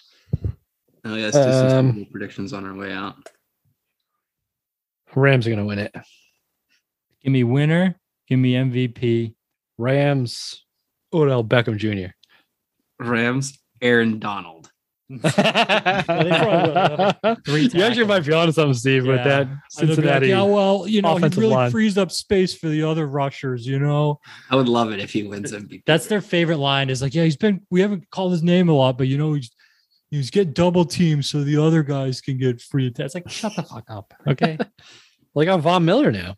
Speaker 4: Oh, yeah, let's do some Super
Speaker 2: Um,
Speaker 4: Bowl predictions on our way out.
Speaker 2: Rams are gonna win it.
Speaker 3: Give me winner. Give me MVP.
Speaker 2: Rams. Odell Beckham Jr.
Speaker 4: Rams, Aaron Donald.
Speaker 3: probably will. Three
Speaker 2: you actually
Speaker 3: tackles.
Speaker 2: might be onto something, Steve, with
Speaker 3: Yeah.
Speaker 2: that
Speaker 3: And they'll be like,
Speaker 2: Cincinnati.
Speaker 3: yeah, well, you know, he
Speaker 2: offensive
Speaker 3: really
Speaker 2: line.
Speaker 3: frees up space for the other rushers, you know.
Speaker 4: I would love it if he wins MVP.
Speaker 3: That's their favorite line is like, yeah, he's been, we haven't called his name a lot, but you know, he's, he's get double teamed so the other guys can get free. atta-" It's like, shut the fuck up. Okay.
Speaker 2: Like on Von Miller now.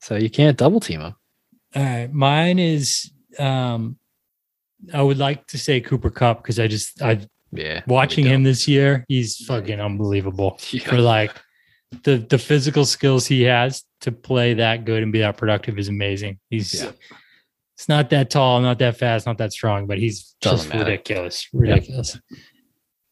Speaker 2: So you can't double team him.
Speaker 3: All right. Mine is, um, I would like to say Cooper Cup because I just, I
Speaker 2: Yeah.
Speaker 3: watching
Speaker 2: we don't.
Speaker 3: him this year, he's fucking unbelievable
Speaker 2: Yeah.
Speaker 3: for like the, the physical skills he has to play that good and be that productive is amazing. He's,
Speaker 2: Yeah.
Speaker 3: It's not that tall, not that fast, not that strong, but he's
Speaker 2: Doesn't
Speaker 3: just
Speaker 2: matter.
Speaker 3: ridiculous, ridiculous.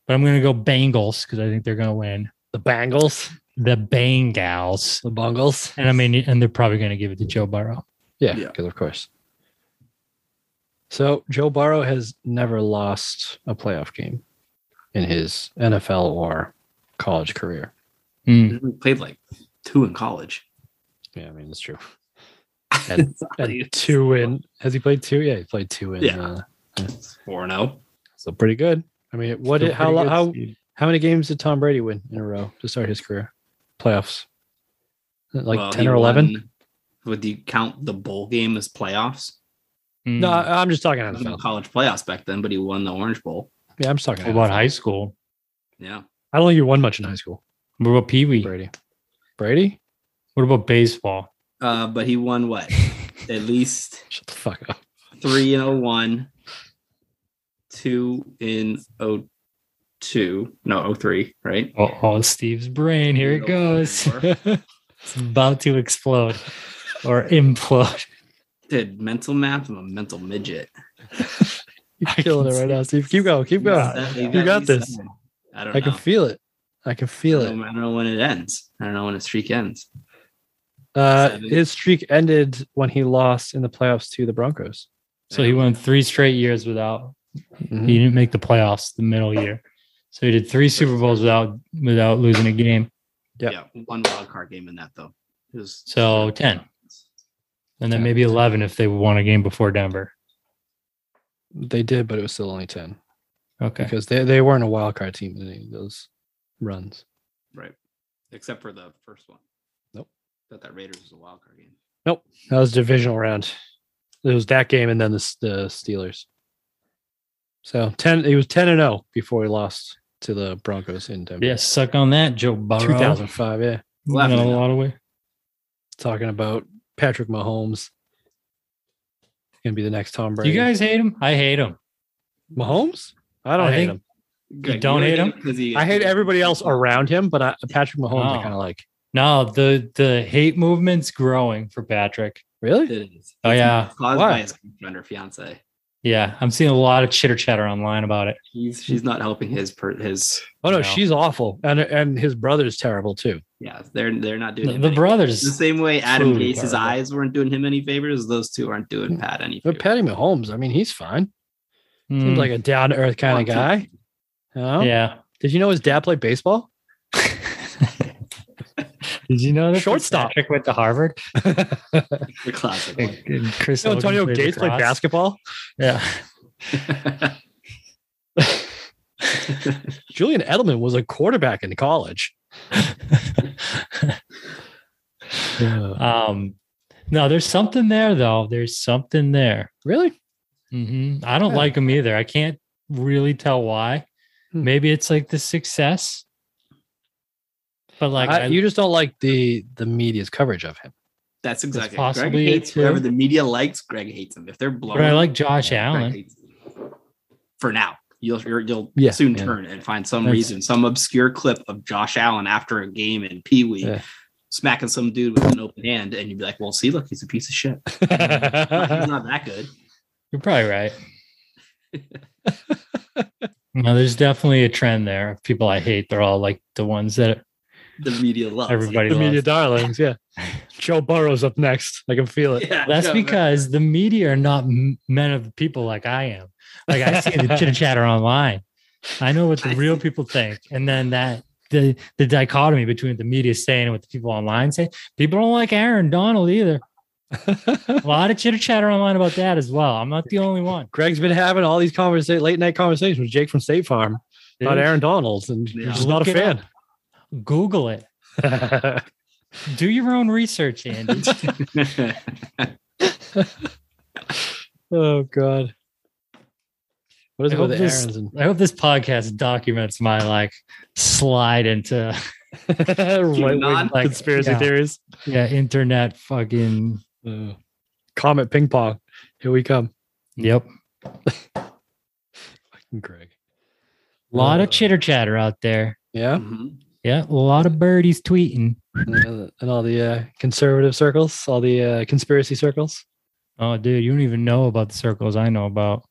Speaker 3: But I'm going to go Bengals because I think they're going to win
Speaker 2: The Bengals.
Speaker 3: the Bengals,
Speaker 2: The Bungles.
Speaker 3: and I mean, and they're probably going to give it to Joe Burrow.
Speaker 2: Yeah,
Speaker 4: Yeah.
Speaker 2: because of course. So Joe Burrow has never lost a playoff game in his NFL or college career.
Speaker 3: Mm.
Speaker 4: He played like two in college.
Speaker 2: Yeah, I mean it's true. And- And two in has he played two? Yeah, he played two in.
Speaker 4: Yeah.
Speaker 2: Uh,
Speaker 4: Four and oh.
Speaker 2: so pretty good. I mean, what?
Speaker 3: Still
Speaker 2: Did, how
Speaker 3: pretty
Speaker 2: lo-
Speaker 3: good
Speaker 2: how
Speaker 3: speed.
Speaker 2: how many games did Tom Brady win in a row to start his career? Playoffs, like
Speaker 4: Well,
Speaker 2: ten
Speaker 4: he
Speaker 2: or eleven.
Speaker 4: won- Would you count the bowl game as playoffs?
Speaker 3: Mm.
Speaker 2: No, I- I'm just talking
Speaker 4: It wasn't
Speaker 2: NFL.
Speaker 4: college playoffs back then, but he won the Orange Bowl.
Speaker 2: Yeah, I'm just talking.
Speaker 3: what about
Speaker 2: NFL.
Speaker 3: high school?
Speaker 4: Yeah.
Speaker 2: I don't think you won much in high school,
Speaker 3: What about Pee Wee?
Speaker 2: Brady. Brady,
Speaker 3: What about baseball?
Speaker 4: Uh, but he won what? At least
Speaker 2: shut the fuck up.
Speaker 4: three and oh one, two in oh two, no oh three, right? Oh,
Speaker 3: Oh, oh, Steve's brain. Here it goes. it's about to explode or implode.
Speaker 4: Did mental math? I'm a mental midget.
Speaker 2: You're
Speaker 3: I
Speaker 2: killing it
Speaker 3: can
Speaker 2: right
Speaker 3: see
Speaker 2: now, Steve. Keep going. Keep going.
Speaker 4: That-
Speaker 2: You got this.
Speaker 4: seven. I don't
Speaker 2: I
Speaker 4: know.
Speaker 2: can feel it. I can feel
Speaker 4: I don't
Speaker 2: it.
Speaker 4: know- I don't know when it ends. I don't know when a streak ends.
Speaker 2: Uh,
Speaker 4: Seven.
Speaker 2: his streak ended when he lost in the playoffs to the Broncos.
Speaker 3: So he won three straight years without
Speaker 2: Mm-hmm.
Speaker 3: He didn't make the playoffs the middle year. So he did three Super Bowls without without losing a game.
Speaker 2: Yep.
Speaker 4: Yeah, one wild card game in that though. It was-
Speaker 3: So 10. And then
Speaker 2: Yeah.
Speaker 3: maybe eleven if they won a game before Denver.
Speaker 2: They did, but it was still only ten
Speaker 3: Okay.
Speaker 2: because they, they weren't a wild card team in any of those runs.
Speaker 4: Right. Except for the first one. thought that Raiders was a wild card game.
Speaker 2: That was divisional round. It was that game and then the, S- the Steelers. So ten, he was ten and zero before he lost to the Broncos in Denver.
Speaker 3: Yeah, suck on that, Joe Burrow.
Speaker 2: two thousand five. Yeah,
Speaker 3: You got a lot of way.
Speaker 2: talking about Patrick Mahomes. Gonna be the next Tom Brady.
Speaker 3: You guys hate him? I hate him.
Speaker 2: Mahomes? I don't
Speaker 3: I
Speaker 2: hate
Speaker 3: think-
Speaker 2: him.
Speaker 4: Good.
Speaker 3: don't hate him?
Speaker 4: because he-
Speaker 2: I hate everybody else around him, but I, Patrick Mahomes, I
Speaker 3: Oh.
Speaker 2: kind of like.
Speaker 3: No, the the hate movement's growing for Patrick.
Speaker 2: Really?
Speaker 4: It is.
Speaker 3: Oh,
Speaker 4: It's
Speaker 3: yeah.
Speaker 4: Caused
Speaker 2: Why?
Speaker 4: by his girlfriend or fiance.
Speaker 3: Yeah, I'm seeing a lot of chitter chatter online about it.
Speaker 4: He's she's not helping his per, his.
Speaker 2: Oh no,
Speaker 3: No.
Speaker 2: she's awful, and and his brother's terrible too.
Speaker 4: Yeah, they're they're not doing
Speaker 3: The,
Speaker 4: him
Speaker 3: the
Speaker 4: any- the
Speaker 3: brothers.
Speaker 4: same way Adam
Speaker 3: Totally
Speaker 4: Gase's
Speaker 3: horrible.
Speaker 4: eyes weren't doing him any favors. Those two aren't doing Pat any favors.
Speaker 2: But Patty Mahomes, I mean, he's fine. Seems
Speaker 3: Mm,
Speaker 2: like a down to earth kind
Speaker 4: One,
Speaker 2: of
Speaker 4: two.
Speaker 2: guy. You know?
Speaker 3: yeah.
Speaker 2: Did you know his dad played baseball?
Speaker 3: Did you know that
Speaker 2: Shortstop.
Speaker 3: Patrick went to Harvard?
Speaker 4: The classic.
Speaker 3: And- and Chris Logan
Speaker 2: Antonio
Speaker 3: played
Speaker 2: Gates played
Speaker 3: lacrosse?
Speaker 2: basketball.
Speaker 3: Yeah.
Speaker 2: Julian Edelman was a quarterback in college. Uh,
Speaker 3: Um, no, there's something there though. There's something there.
Speaker 2: really?
Speaker 3: hmm I don't
Speaker 2: Yeah.
Speaker 3: like him either. I can't really tell why.
Speaker 2: Hmm.
Speaker 3: Maybe it's like the success, but like
Speaker 2: I-
Speaker 3: I-
Speaker 2: you just don't like the the media's coverage of him.
Speaker 4: That's exactly. Greg
Speaker 3: possibly
Speaker 4: hates
Speaker 3: it, too.
Speaker 4: whoever the media likes. Greg hates them. If they're blown,
Speaker 3: but I like Josh
Speaker 4: Greg
Speaker 3: Allen.
Speaker 4: hates them. For now, you'll you're- you'll
Speaker 2: Yeah,
Speaker 4: soon
Speaker 2: yeah.
Speaker 4: turn and find some
Speaker 3: That's-
Speaker 4: reason, some obscure clip of Josh Allen after a game in Pee Wee.
Speaker 2: Yeah.
Speaker 4: Smacking some dude with an open hand, and you'd be like, "Well, see, look, he's a piece of shit. he's not that good."
Speaker 3: You're probably right. no, there's definitely a trend there of people I hate. They're all like the ones that
Speaker 4: The media loves
Speaker 3: everybody
Speaker 2: the media
Speaker 3: loves.
Speaker 2: darlings. Yeah, Joe Burrow's up next. I can feel it.
Speaker 4: Yeah,
Speaker 3: That's
Speaker 4: no,
Speaker 3: because the media are not m- men of people like I am. Like I see the chitter chatter online. I know what the
Speaker 4: I
Speaker 3: real
Speaker 4: see.
Speaker 3: people think, and then that the the dichotomy between the media saying and what the people online say. People don't like Aaron Donald either. A lot of chitter chatter online about that as well. I'm not the only one.
Speaker 2: Greg's been having all these conversa- late night conversations with Jake from State Farm about Aaron Donalds, and he's
Speaker 4: Yeah.
Speaker 2: just not a
Speaker 3: Look it
Speaker 2: fan.
Speaker 3: Google it. Do your own research, Andy.
Speaker 2: oh God, what is it with
Speaker 3: I hope
Speaker 2: the
Speaker 3: this-
Speaker 2: Aaron's and
Speaker 3: I hope this podcast documents my like slide into
Speaker 2: right-wing
Speaker 4: non-
Speaker 3: like,
Speaker 2: conspiracy
Speaker 3: yeah.
Speaker 2: theories?
Speaker 3: yeah internet fucking
Speaker 2: Uh, Comet ping pong. Here we come,
Speaker 3: yep.
Speaker 2: fucking Greg.
Speaker 3: A lot
Speaker 2: Uh,
Speaker 3: of chitter chatter out there.
Speaker 2: Yeah,
Speaker 4: Mhm.
Speaker 3: Yeah, a lot of birdies tweeting.
Speaker 2: and and all the uh, conservative circles, all the uh, conspiracy circles.
Speaker 3: Oh, dude, you don't even know about the circles I know about.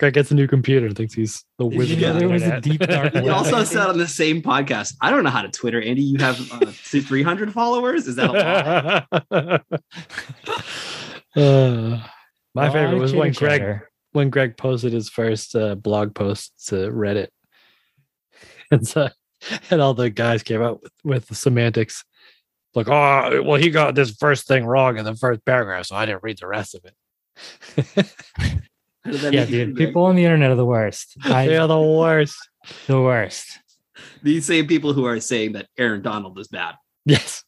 Speaker 2: Greg gets a new computer and thinks he's the
Speaker 3: you
Speaker 2: wizard.
Speaker 4: know
Speaker 2: of the
Speaker 3: there was a
Speaker 2: internet.
Speaker 3: deep dark
Speaker 4: You
Speaker 3: web?
Speaker 4: also said on the same podcast, I don't know how to Twitter, Andy. You have uh, 300 followers? Is that a lot?
Speaker 2: Uh, my
Speaker 3: A lot
Speaker 2: favorite
Speaker 3: of
Speaker 2: was when Greg
Speaker 3: chitter-chatter.
Speaker 2: when Greg posted his first uh, blog post to Reddit, and so and all the guys came out with, with the semantics, like, oh, well, he got this first thing wrong in the first paragraph, so I didn't read the rest of it.
Speaker 4: How does that
Speaker 3: Yeah,
Speaker 4: make you
Speaker 3: dude,
Speaker 4: feel,
Speaker 3: people on the internet are the worst.
Speaker 2: they
Speaker 3: I,
Speaker 2: are the worst.
Speaker 3: the worst.
Speaker 4: Greg? These same people who are saying that Aaron Donald is bad.
Speaker 2: Yes.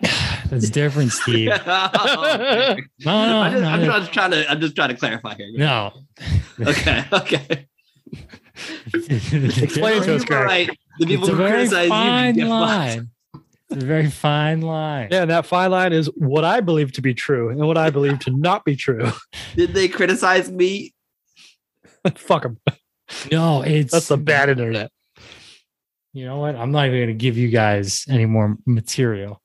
Speaker 3: That's different, Steve. No,
Speaker 4: Oh, okay.
Speaker 3: no,
Speaker 4: I'm, just,
Speaker 3: no,
Speaker 4: I'm
Speaker 3: no.
Speaker 4: just trying to. I'm just trying to clarify here.
Speaker 3: no.
Speaker 4: Okay. Okay.
Speaker 3: Explain
Speaker 2: to us,
Speaker 4: You were right. The people
Speaker 3: It's a
Speaker 4: who
Speaker 3: very
Speaker 4: criticize
Speaker 3: fine
Speaker 4: you. get fucked.
Speaker 3: line. It's a very fine line.
Speaker 2: Yeah, and that fine line is what I believe to be true and what I believe to not be true.
Speaker 4: Did they criticize me?
Speaker 2: Fuck them.
Speaker 3: No, it's
Speaker 2: That's the bad internet.
Speaker 3: You know what? I'm not even going to give you guys any more material.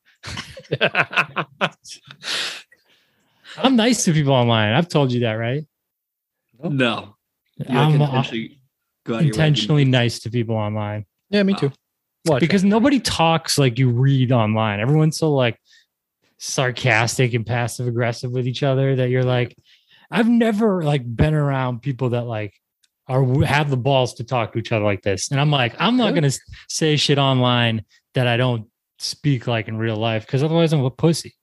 Speaker 3: I'm nice to people online. I've told you that, right?
Speaker 4: No. You
Speaker 3: Oh. I'm uh,
Speaker 4: intentionally, go out of your way to-
Speaker 3: intentionally nice to people online
Speaker 2: yeah, me
Speaker 4: Wow.
Speaker 2: too. What?
Speaker 3: because nobody talks like you read online. Everyone's so like sarcastic and passive aggressive with each other that you're like, I've never like been around people that like are have the balls to talk to each other like this. And I'm like, I'm not
Speaker 2: Really?
Speaker 3: going to say shit online that I don't speak like in real life because otherwise I'm a pussy.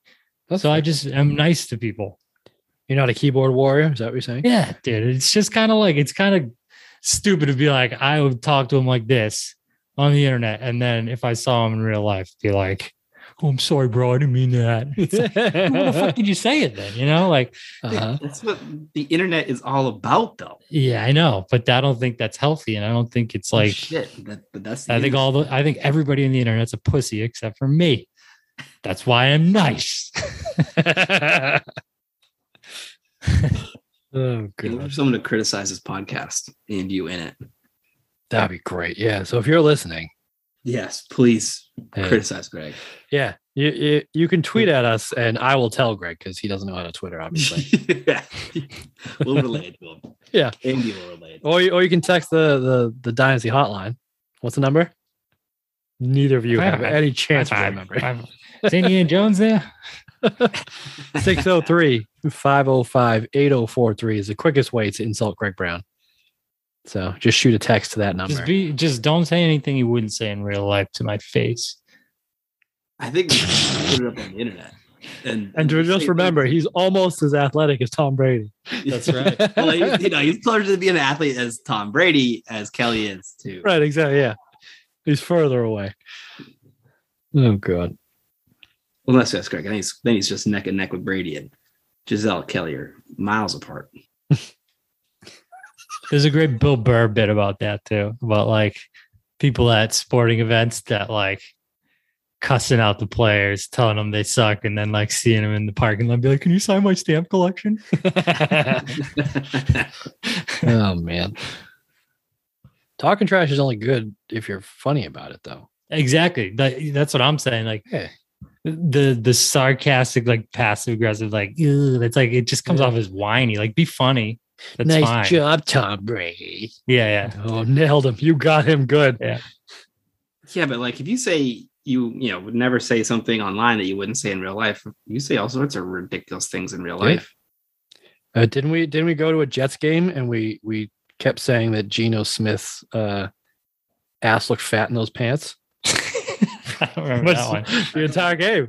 Speaker 3: so I just am nice to people.
Speaker 2: you're not a keyboard warrior. Is that what you're saying?
Speaker 3: Yeah, dude. It's just kind of like it's kind of stupid to be like, I would talk to him like this. on the internet, and then if I saw him in real life, be like, "Oh, I'm sorry, bro, I didn't mean that." It's like, what the fuck did you say it then? You know, like,
Speaker 2: Uh-huh.
Speaker 4: That's what the internet is all about, though.
Speaker 3: yeah, I know, but I don't think that's healthy, and I don't think
Speaker 2: Oh,
Speaker 3: it's like.
Speaker 4: shit. That, but that's the
Speaker 3: I think
Speaker 4: internet.
Speaker 3: all the I think everybody in the internet's a pussy except for me. That's why I'm nice.
Speaker 2: Oh,
Speaker 4: We'd love
Speaker 2: gosh.
Speaker 4: someone to criticize this podcast and you in it.
Speaker 2: That'd be great. Yeah. So if you're listening,
Speaker 4: Yes, please
Speaker 2: uh,
Speaker 4: criticize Greg.
Speaker 2: yeah, you, you, you can tweet at us and I will tell Greg because he doesn't know how to Twitter, obviously.
Speaker 4: yeah. We'll relate to him.
Speaker 2: Yeah.
Speaker 4: And you will relate.
Speaker 2: or, you, or you can text the, the, the Dynasty hotline. What's the number? Neither of you
Speaker 3: High
Speaker 2: have
Speaker 3: five.
Speaker 2: any chance of
Speaker 3: High five.
Speaker 2: remembering.
Speaker 3: High five. Is Indiana Jones there?
Speaker 2: 603 505 8043 is the quickest way to insult Greg Brown. So just shoot a text to that number.
Speaker 3: Just be just don't say anything you wouldn't say in real life to my face.
Speaker 4: I think we should put it up on the internet. And,
Speaker 2: and to just remember, he's almost as athletic as Tom Brady.
Speaker 4: that's right. well, he- you know, he's closer to being an athlete as Tom Brady as Kelly is too.
Speaker 2: Right, exactly. Yeah. He's further away. Oh, God.
Speaker 4: Unless that's Greg. I think he's, then he's just neck and neck with Brady and Giselle Kelly are miles apart.
Speaker 3: There's a great Bill Burr bit about that too, about like people at sporting events that like cussing out the players, telling them they suck, and then like seeing them in the parking lot, be like, "Can you sign my stamp collection?"
Speaker 2: Oh, man. Talking trash is only good if you're funny about it, though.
Speaker 3: Exactly. That, that's what I'm saying. Like
Speaker 2: Yeah.
Speaker 3: the the sarcastic, like passive aggressive, like "Ew," that's like it just comes
Speaker 2: Yeah.
Speaker 3: off as whiny. Like be funny. That's
Speaker 2: nice
Speaker 3: fine.
Speaker 2: job, Tom Brady.
Speaker 3: Yeah, yeah.
Speaker 2: Oh, nailed him. You got him good.
Speaker 4: Yeah, but like if you say you you know would never say something online that you wouldn't say in real life, you say all sorts of ridiculous things in real
Speaker 2: Yeah.
Speaker 4: life.
Speaker 2: Uh, didn't we? Didn't we go to a Jets game and we we kept saying that Geno Smith's uh, ass looked fat in those pants
Speaker 3: I don't remember that one.
Speaker 2: the entire game?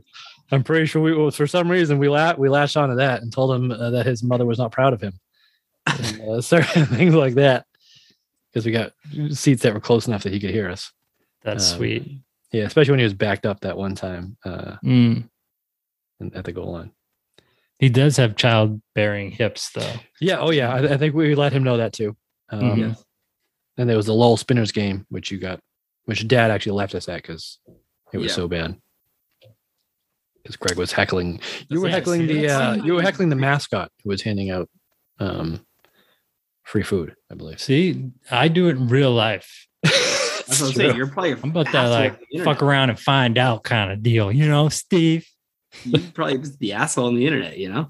Speaker 2: I'm pretty sure we was- for some reason we la- we latched onto that and told him uh, that his mother was not proud of him, and, uh, certain things like that, because we got seats that were close enough that he could hear us.
Speaker 3: That's
Speaker 2: Um,
Speaker 3: sweet.
Speaker 2: Yeah, especially when he was backed up that one time uh,
Speaker 3: Mm.
Speaker 2: in- at the goal line.
Speaker 3: He does have childbearing hips though.
Speaker 2: Yeah. Oh yeah. I, I think we let him know that too. Um,
Speaker 3: Mhm.
Speaker 4: Yes.
Speaker 2: And there was the Lowell Spinners game, which you got, which Dad actually left us at because it was
Speaker 4: Yeah.
Speaker 2: so bad. Because Greg was heckling. You were
Speaker 3: Yeah,
Speaker 2: heckling
Speaker 3: see,
Speaker 2: the.
Speaker 3: that's
Speaker 2: Uh,
Speaker 3: not
Speaker 2: you were heckling the mascot who was handing out um, free food, I believe.
Speaker 3: See, I do it in real life.
Speaker 4: That's what I'm
Speaker 2: It's
Speaker 4: saying.
Speaker 2: true.
Speaker 4: You're probably
Speaker 3: I'm about that like fuck around and find out kind of deal, you know, Steve.
Speaker 4: you probably just the asshole on the internet. You know?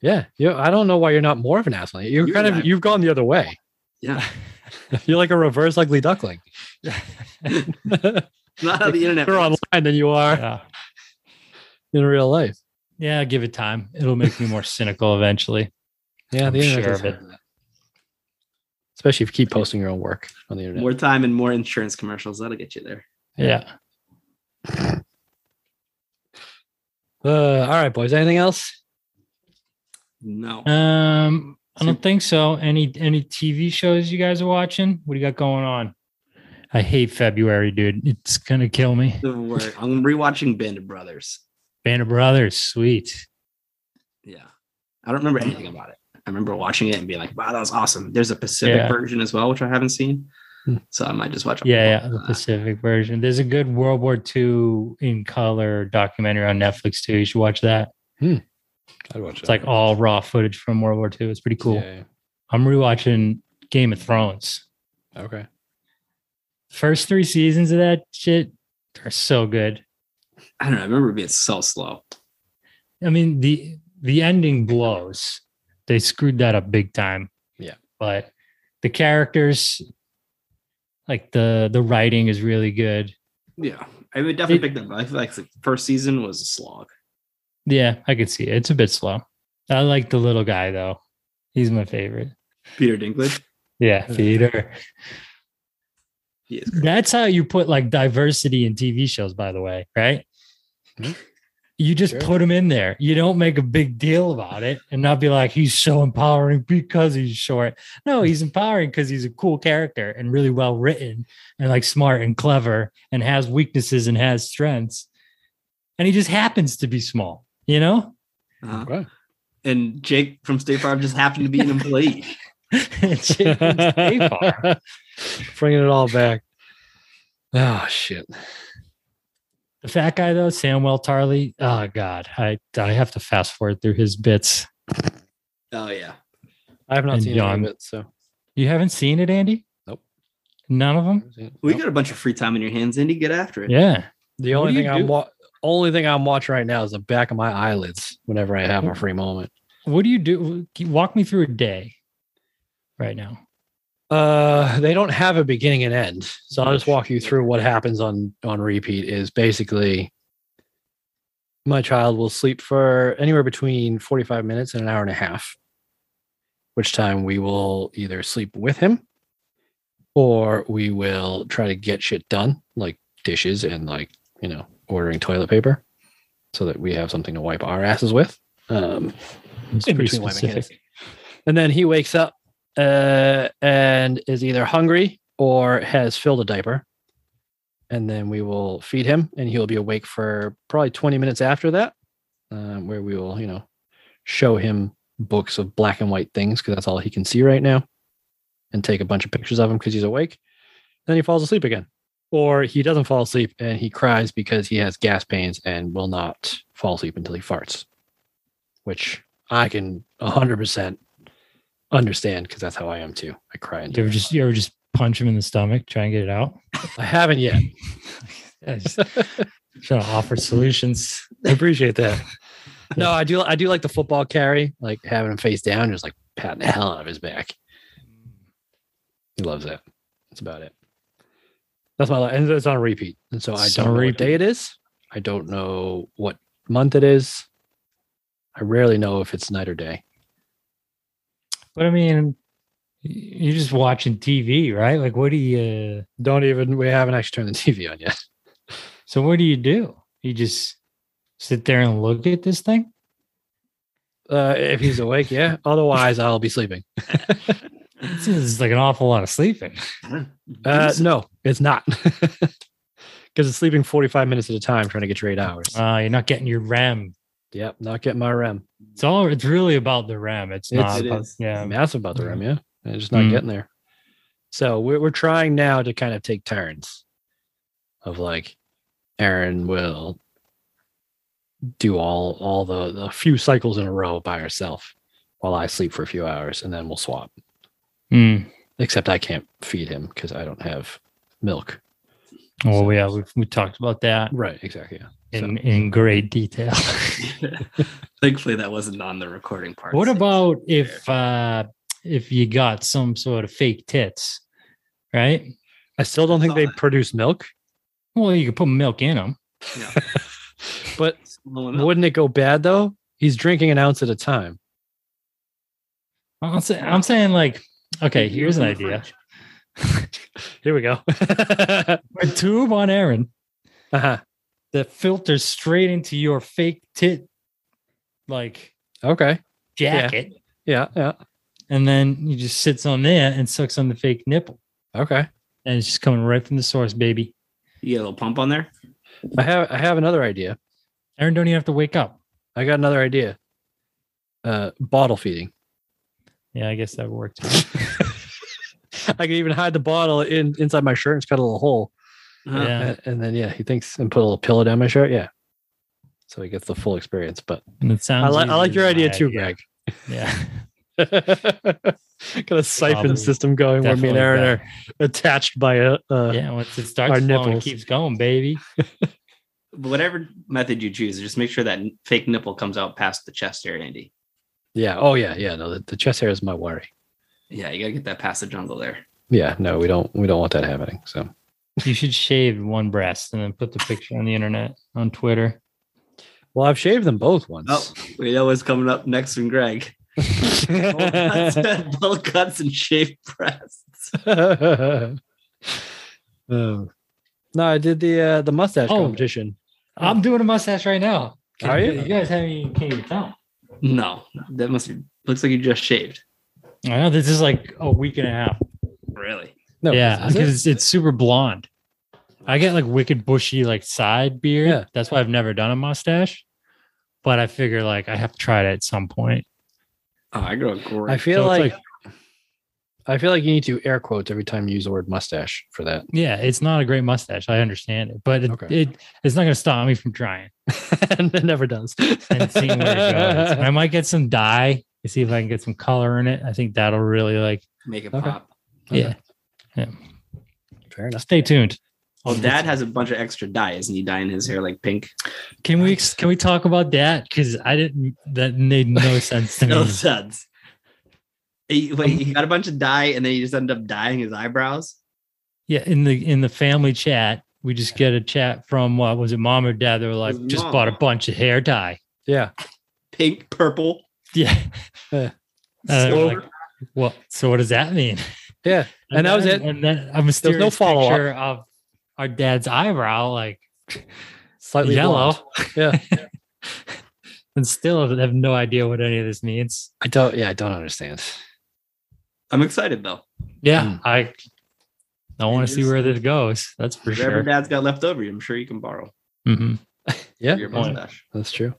Speaker 2: yeah. You, I don't know why you're not more of an asshole. You're,
Speaker 4: You're
Speaker 2: kind
Speaker 4: not.
Speaker 2: of. You've gone the other way.
Speaker 4: Yeah.
Speaker 2: You're like a reverse ugly duckling.
Speaker 4: Not how the internet.
Speaker 2: You're
Speaker 4: works.
Speaker 2: online than you are
Speaker 3: Yeah.
Speaker 2: in real life.
Speaker 3: Yeah, give it time. It'll make me more cynical eventually.
Speaker 2: Yeah,
Speaker 3: I'm
Speaker 2: the internet
Speaker 3: sure
Speaker 2: does
Speaker 3: of it.
Speaker 2: have that. Especially if you keep posting your own work on the internet.
Speaker 4: More time and more insurance commercials. That'll get you there.
Speaker 3: Yeah.
Speaker 2: Uh, all right, boys. Anything else?
Speaker 4: No.
Speaker 3: Um, I
Speaker 4: So-
Speaker 3: don't think so. Any any TV shows you guys are watching? What do you got going on? I hate February, dude. It's gonna kill me.
Speaker 4: The word. I'm rewatching Band of Brothers.
Speaker 3: Band of Brothers, sweet.
Speaker 4: Yeah. I don't remember anything about it. I remember watching it and being like, "Wow, that was awesome." There's a Pacific
Speaker 3: Yeah.
Speaker 4: version as well, which I haven't seen,
Speaker 2: Hmm.
Speaker 4: so I might just watch.
Speaker 3: Yeah, yeah,
Speaker 4: all
Speaker 3: the
Speaker 4: of that.
Speaker 3: Pacific version. There's a good World War II in color documentary on Netflix too. You should watch that.
Speaker 2: I'd watch
Speaker 3: It's like all raw footage from World War II. It's pretty cool. I'm rewatching Game of Thrones.
Speaker 2: Okay.
Speaker 3: First three seasons of that shit are so good.
Speaker 4: I don't know. I remember it being so slow.
Speaker 3: I mean the the ending blows. They screwed that up big time.
Speaker 2: Yeah.
Speaker 3: But the characters like the the writing is really good.
Speaker 4: Yeah, I would definitely
Speaker 3: It-
Speaker 4: pick them. up. I feel like the first season was a slog.
Speaker 3: Yeah, I could see it. It's a bit slow. I like the little guy though. He's my favorite.
Speaker 4: Peter Dinklage.
Speaker 3: Yeah, Peter.
Speaker 4: He is great.
Speaker 3: That's how you put like diversity in TV shows by the way, right?
Speaker 2: Mhm.
Speaker 3: You just
Speaker 2: Sure.
Speaker 3: put him in there. You don't make a big deal about it and not be like, he's so empowering because he's short. No, he's empowering because he's a cool character and really well written and like smart and clever and has weaknesses and has strengths. And he just happens to be small, you know?
Speaker 4: Uh,
Speaker 2: Okay.
Speaker 4: and Jake from State Farm just happened to be an employee.
Speaker 3: It's- it's Dave Farr.
Speaker 2: Bringing it all back. Oh shit!
Speaker 3: The fat guy though, Samuel Tarley. Oh God, I I have to fast forward through his bits.
Speaker 4: oh yeah,
Speaker 2: I have not
Speaker 3: And
Speaker 2: seen
Speaker 3: John.
Speaker 2: any of it, so
Speaker 3: You haven't seen it, Andy?
Speaker 2: Nope.
Speaker 3: None of them.
Speaker 4: we
Speaker 2: Nope.
Speaker 4: got a bunch of free time in your hands, Indy. Get after it.
Speaker 3: Yeah.
Speaker 2: the
Speaker 3: What
Speaker 2: only
Speaker 3: do you
Speaker 2: thing I'm
Speaker 3: do?
Speaker 2: wa- only thing I'm watching right now is the back of my eyelids whenever I have a free moment.
Speaker 3: What do you do? Walk me through a day right now.
Speaker 2: Uh, they don't have a beginning and end, so I'll just walk you through what happens on on repeat. Is basically my child will sleep for anywhere between 45 minutes and an hour and a half, which time we will either sleep with him or we will try to get shit done, like dishes and like, you know, ordering toilet paper so that we have something to wipe our asses with. Um,
Speaker 3: It's
Speaker 2: in
Speaker 3: pretty
Speaker 2: between wiping
Speaker 3: specific.
Speaker 2: hands. And then he wakes up uh, and is either hungry or has filled a diaper. And then we will feed him, and he'll be awake for probably 20 minutes after that, um, where we will, you know, show him books of black and white things because that's all he can see right now, and take a bunch of pictures of him because he's awake. Then he falls asleep again, or he doesn't fall asleep and he cries because he has gas pains and will not fall asleep until he farts, which I can 100% understand because that's how I am too. I cry.
Speaker 3: You
Speaker 2: And
Speaker 3: ever just you ever just punch him in the stomach, try and get it out?
Speaker 2: I haven't yet.
Speaker 3: Yeah, just trying to offer solutions.
Speaker 2: I appreciate that. no, I do. I do like the football carry, like having him face down, just like patting the hell out of his back. He loves that. That's about it. That's my life, and it's on repeat. And so I
Speaker 3: It's on
Speaker 2: don't know
Speaker 3: repeat.
Speaker 2: what day it is. I don't know what month it is. I rarely know if it's night or day.
Speaker 3: But I mean, you're just watching TV, right? Like, what do you?
Speaker 2: Don't even. We haven't actually turned the TV on yet.
Speaker 3: So what do you do? You just sit there and look at this thing.
Speaker 2: Uh, if he's awake, yeah. Otherwise, I'll be sleeping.
Speaker 3: It seems like an awful lot of sleeping.
Speaker 2: Uh,
Speaker 4: Just-
Speaker 2: no, it's not. Because it's sleeping 45 minutes at a time, trying to get your eight hours.
Speaker 3: Uh, you're not getting your REM.
Speaker 2: Yep, not getting my REM.
Speaker 3: It's all. It's really about the REM. It's
Speaker 2: It's-
Speaker 3: not.
Speaker 4: It
Speaker 3: about-
Speaker 4: is.
Speaker 3: Yeah.
Speaker 2: I'm massive about the REM, Um, yeah. Mm-hmm. And just not
Speaker 3: Mm.
Speaker 2: getting there. So we're we're trying now to kind of take turns of like Aaron will do all all the, the few cycles in a row by herself while I sleep for a few hours and then we'll swap.
Speaker 3: Mm.
Speaker 2: Except I can't feed him because I don't have milk.
Speaker 3: Hmm. Well, yeah, we we talked about that
Speaker 2: Right, exactly. Yeah.
Speaker 3: in in great detail.
Speaker 4: Thankfully, that wasn't on the recording part.
Speaker 3: what
Speaker 4: so-
Speaker 3: about if uh if you got some sort of fake tits, right?
Speaker 2: I still don't think
Speaker 4: Saw
Speaker 2: they
Speaker 4: that.
Speaker 2: produce milk,
Speaker 3: Well, you could put milk in them.
Speaker 2: but
Speaker 4: Slowing up.
Speaker 2: wouldn't it go bad though? He's drinking an ounce at a time.
Speaker 3: I'm, say, I'm saying like, okay,
Speaker 4: You can
Speaker 3: here's an
Speaker 4: open the
Speaker 3: idea:
Speaker 4: fridge.
Speaker 2: Here we go.
Speaker 3: a tube on Aaron
Speaker 2: Uh-huh.
Speaker 3: that filters straight into your fake tit like
Speaker 2: Okay.
Speaker 3: jacket,
Speaker 2: Yeah. Yeah.
Speaker 3: and then you just sits on there and sucks on the fake nipple,
Speaker 2: Okay.
Speaker 3: and it's just coming right from the source, baby.
Speaker 4: You get a little pump on there.
Speaker 2: I have I have another idea.
Speaker 3: Aaron don't even have to wake up.
Speaker 2: I got another idea. Uh, bottle feeding.
Speaker 3: Yeah, I guess that worked.
Speaker 2: I can even hide the bottle in inside my shirt. It's got a little hole,
Speaker 4: Uh,
Speaker 3: Yeah.
Speaker 2: and, and then yeah, he thinks and put a little pillow down my shirt. Yeah, so he gets the full experience. But
Speaker 3: And it sounds.
Speaker 2: I like I like
Speaker 3: easier
Speaker 2: your
Speaker 3: than
Speaker 2: idea
Speaker 3: my
Speaker 2: too,
Speaker 3: idea.
Speaker 2: Greg.
Speaker 3: Yeah,
Speaker 2: got a siphon
Speaker 3: Probably.
Speaker 2: system going where me and
Speaker 3: Definitely
Speaker 2: Aaron are attached by a. Uh,
Speaker 3: better. Yeah, once it starts
Speaker 2: our
Speaker 3: flowing,
Speaker 2: nipples.
Speaker 3: it keeps going, baby.
Speaker 4: But Whatever method you choose, just make sure that n- fake nipple comes out past the chest area, Andy.
Speaker 2: yeah. Oh yeah. Yeah. No, the, the chest hair is my worry.
Speaker 4: Yeah, you gotta get that past the jungle there.
Speaker 2: Yeah. No, we don't. We don't want that happening. So
Speaker 3: You should shave one breast and then put the picture on the internet on Twitter.
Speaker 2: well, I've shaved them both once.
Speaker 4: Oh, we know what's coming up next from Greg. Bowl cuts, bowl cuts and shaved breasts.
Speaker 2: Um, no, I did the uh, the mustache
Speaker 3: Oh.
Speaker 2: competition.
Speaker 3: I'm doing a mustache right now.
Speaker 2: Are you?
Speaker 3: You guys haven't even can't even tell.
Speaker 4: No, that must be. Looks like you just shaved.
Speaker 3: I know this is like a week and a half.
Speaker 4: Really?
Speaker 2: No,
Speaker 3: yeah,
Speaker 2: is it?
Speaker 3: because it's, it's super blonde. I get like wicked bushy like side beard.
Speaker 2: Yeah.
Speaker 3: That's why I've never done a mustache. But I figure like I have to try it at some point.
Speaker 4: Oh, I grow a great.
Speaker 2: I feel
Speaker 3: So it's
Speaker 2: like, I feel like you need to air quotes every time you use the word mustache for that.
Speaker 3: Yeah, it's not a great mustache. I understand it, but it,
Speaker 2: Okay.
Speaker 3: it it's not going to stop me from trying
Speaker 2: and it never does.
Speaker 3: and seeing where it goes. And I might get some dye to see if I can get some color in it. I think that'll really like
Speaker 4: make it
Speaker 2: Okay.
Speaker 4: pop.
Speaker 2: Okay.
Speaker 3: yeah.
Speaker 2: Fair enough.
Speaker 3: Stay tuned.
Speaker 4: Well, Oh, Dad has a bunch of extra dye. Isn't he dyeing his hair like pink?
Speaker 3: Can we ex- can we talk about that? Because I didn't. That made no sense to
Speaker 4: No
Speaker 2: Mm.
Speaker 3: me.
Speaker 4: suds. He, wait, he got a bunch of dye, and then he just ended up dyeing his eyebrows.
Speaker 3: Yeah, in the in the family chat, we just get a chat from what was it, mom or dad? They were like,
Speaker 4: was
Speaker 3: just
Speaker 4: mom.
Speaker 3: bought a bunch of hair dye.
Speaker 2: Yeah.
Speaker 4: Pink, purple,
Speaker 3: Yeah.
Speaker 2: Yeah.
Speaker 3: Uh,
Speaker 4: silver.
Speaker 3: like, well, so what does that mean?
Speaker 2: Yeah. And that was
Speaker 3: then-
Speaker 2: it.
Speaker 3: And then a mysterious no
Speaker 2: follow-up.
Speaker 3: picture of our dad's eyebrow, like
Speaker 2: Slightly
Speaker 3: yellow.
Speaker 2: blonde. Yeah.
Speaker 3: and still have no idea what any of this means.
Speaker 2: I don't. Yeah, I don't understand.
Speaker 4: I'm excited though.
Speaker 3: Yeah,
Speaker 2: Mm.
Speaker 3: I I want to see
Speaker 4: just-
Speaker 3: where this goes. That's for
Speaker 4: Whatever
Speaker 3: sure.
Speaker 4: Dad's got left over, I'm sure you can borrow
Speaker 2: Mm-hmm.
Speaker 3: hmm
Speaker 2: Yeah,
Speaker 4: your
Speaker 3: point.
Speaker 4: mustache.
Speaker 2: that's true.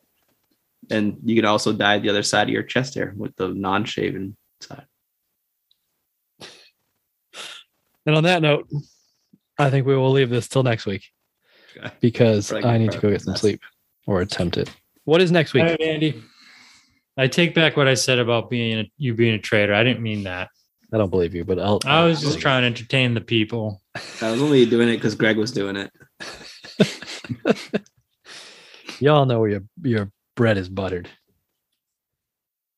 Speaker 4: And you could also dye the other side of your chest hair with the non-shaven side.
Speaker 2: And on that note, I think we will leave this till next week
Speaker 4: Okay.
Speaker 2: because
Speaker 4: Right,
Speaker 2: I need to go get some
Speaker 4: that's-
Speaker 2: sleep or attempt it. What is next week?
Speaker 3: Andy. I take back what I said about being a, you being a traitor. I didn't mean that.
Speaker 2: I don't believe you, but I'll.
Speaker 3: I was just trying to entertain the people.
Speaker 4: I was only doing it because Greg was doing it.
Speaker 2: Y'all know your your bread is buttered.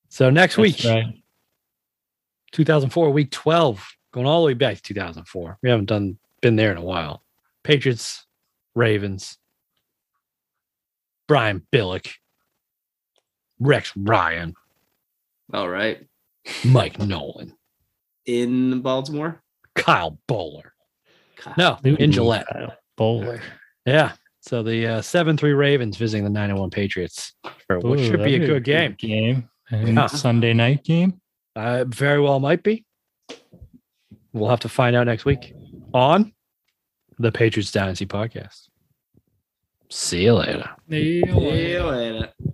Speaker 2: So next week,
Speaker 3: That's right.
Speaker 2: 2004, week 12, going all the way back to 2004. We haven't done been there in a while. Patriots, Ravens, Brian Billick, Rex Ryan,
Speaker 4: All right.
Speaker 2: Mike Nolan,
Speaker 4: In Baltimore?
Speaker 2: Kyle Bowler.
Speaker 4: God.
Speaker 2: No, in
Speaker 3: Ooh.
Speaker 2: Gillette.
Speaker 3: Bowler.
Speaker 2: Yeah. So the uh, seven three Ravens visiting the nine and one Patriots for what
Speaker 3: Ooh,
Speaker 2: should be a
Speaker 3: that'd
Speaker 2: good game.
Speaker 3: Game. And
Speaker 2: Yeah.
Speaker 3: Sunday night game.
Speaker 2: Uh, very well might be. We'll have to find out next week on the Patriots Dynasty podcast. See you later.
Speaker 4: See you later.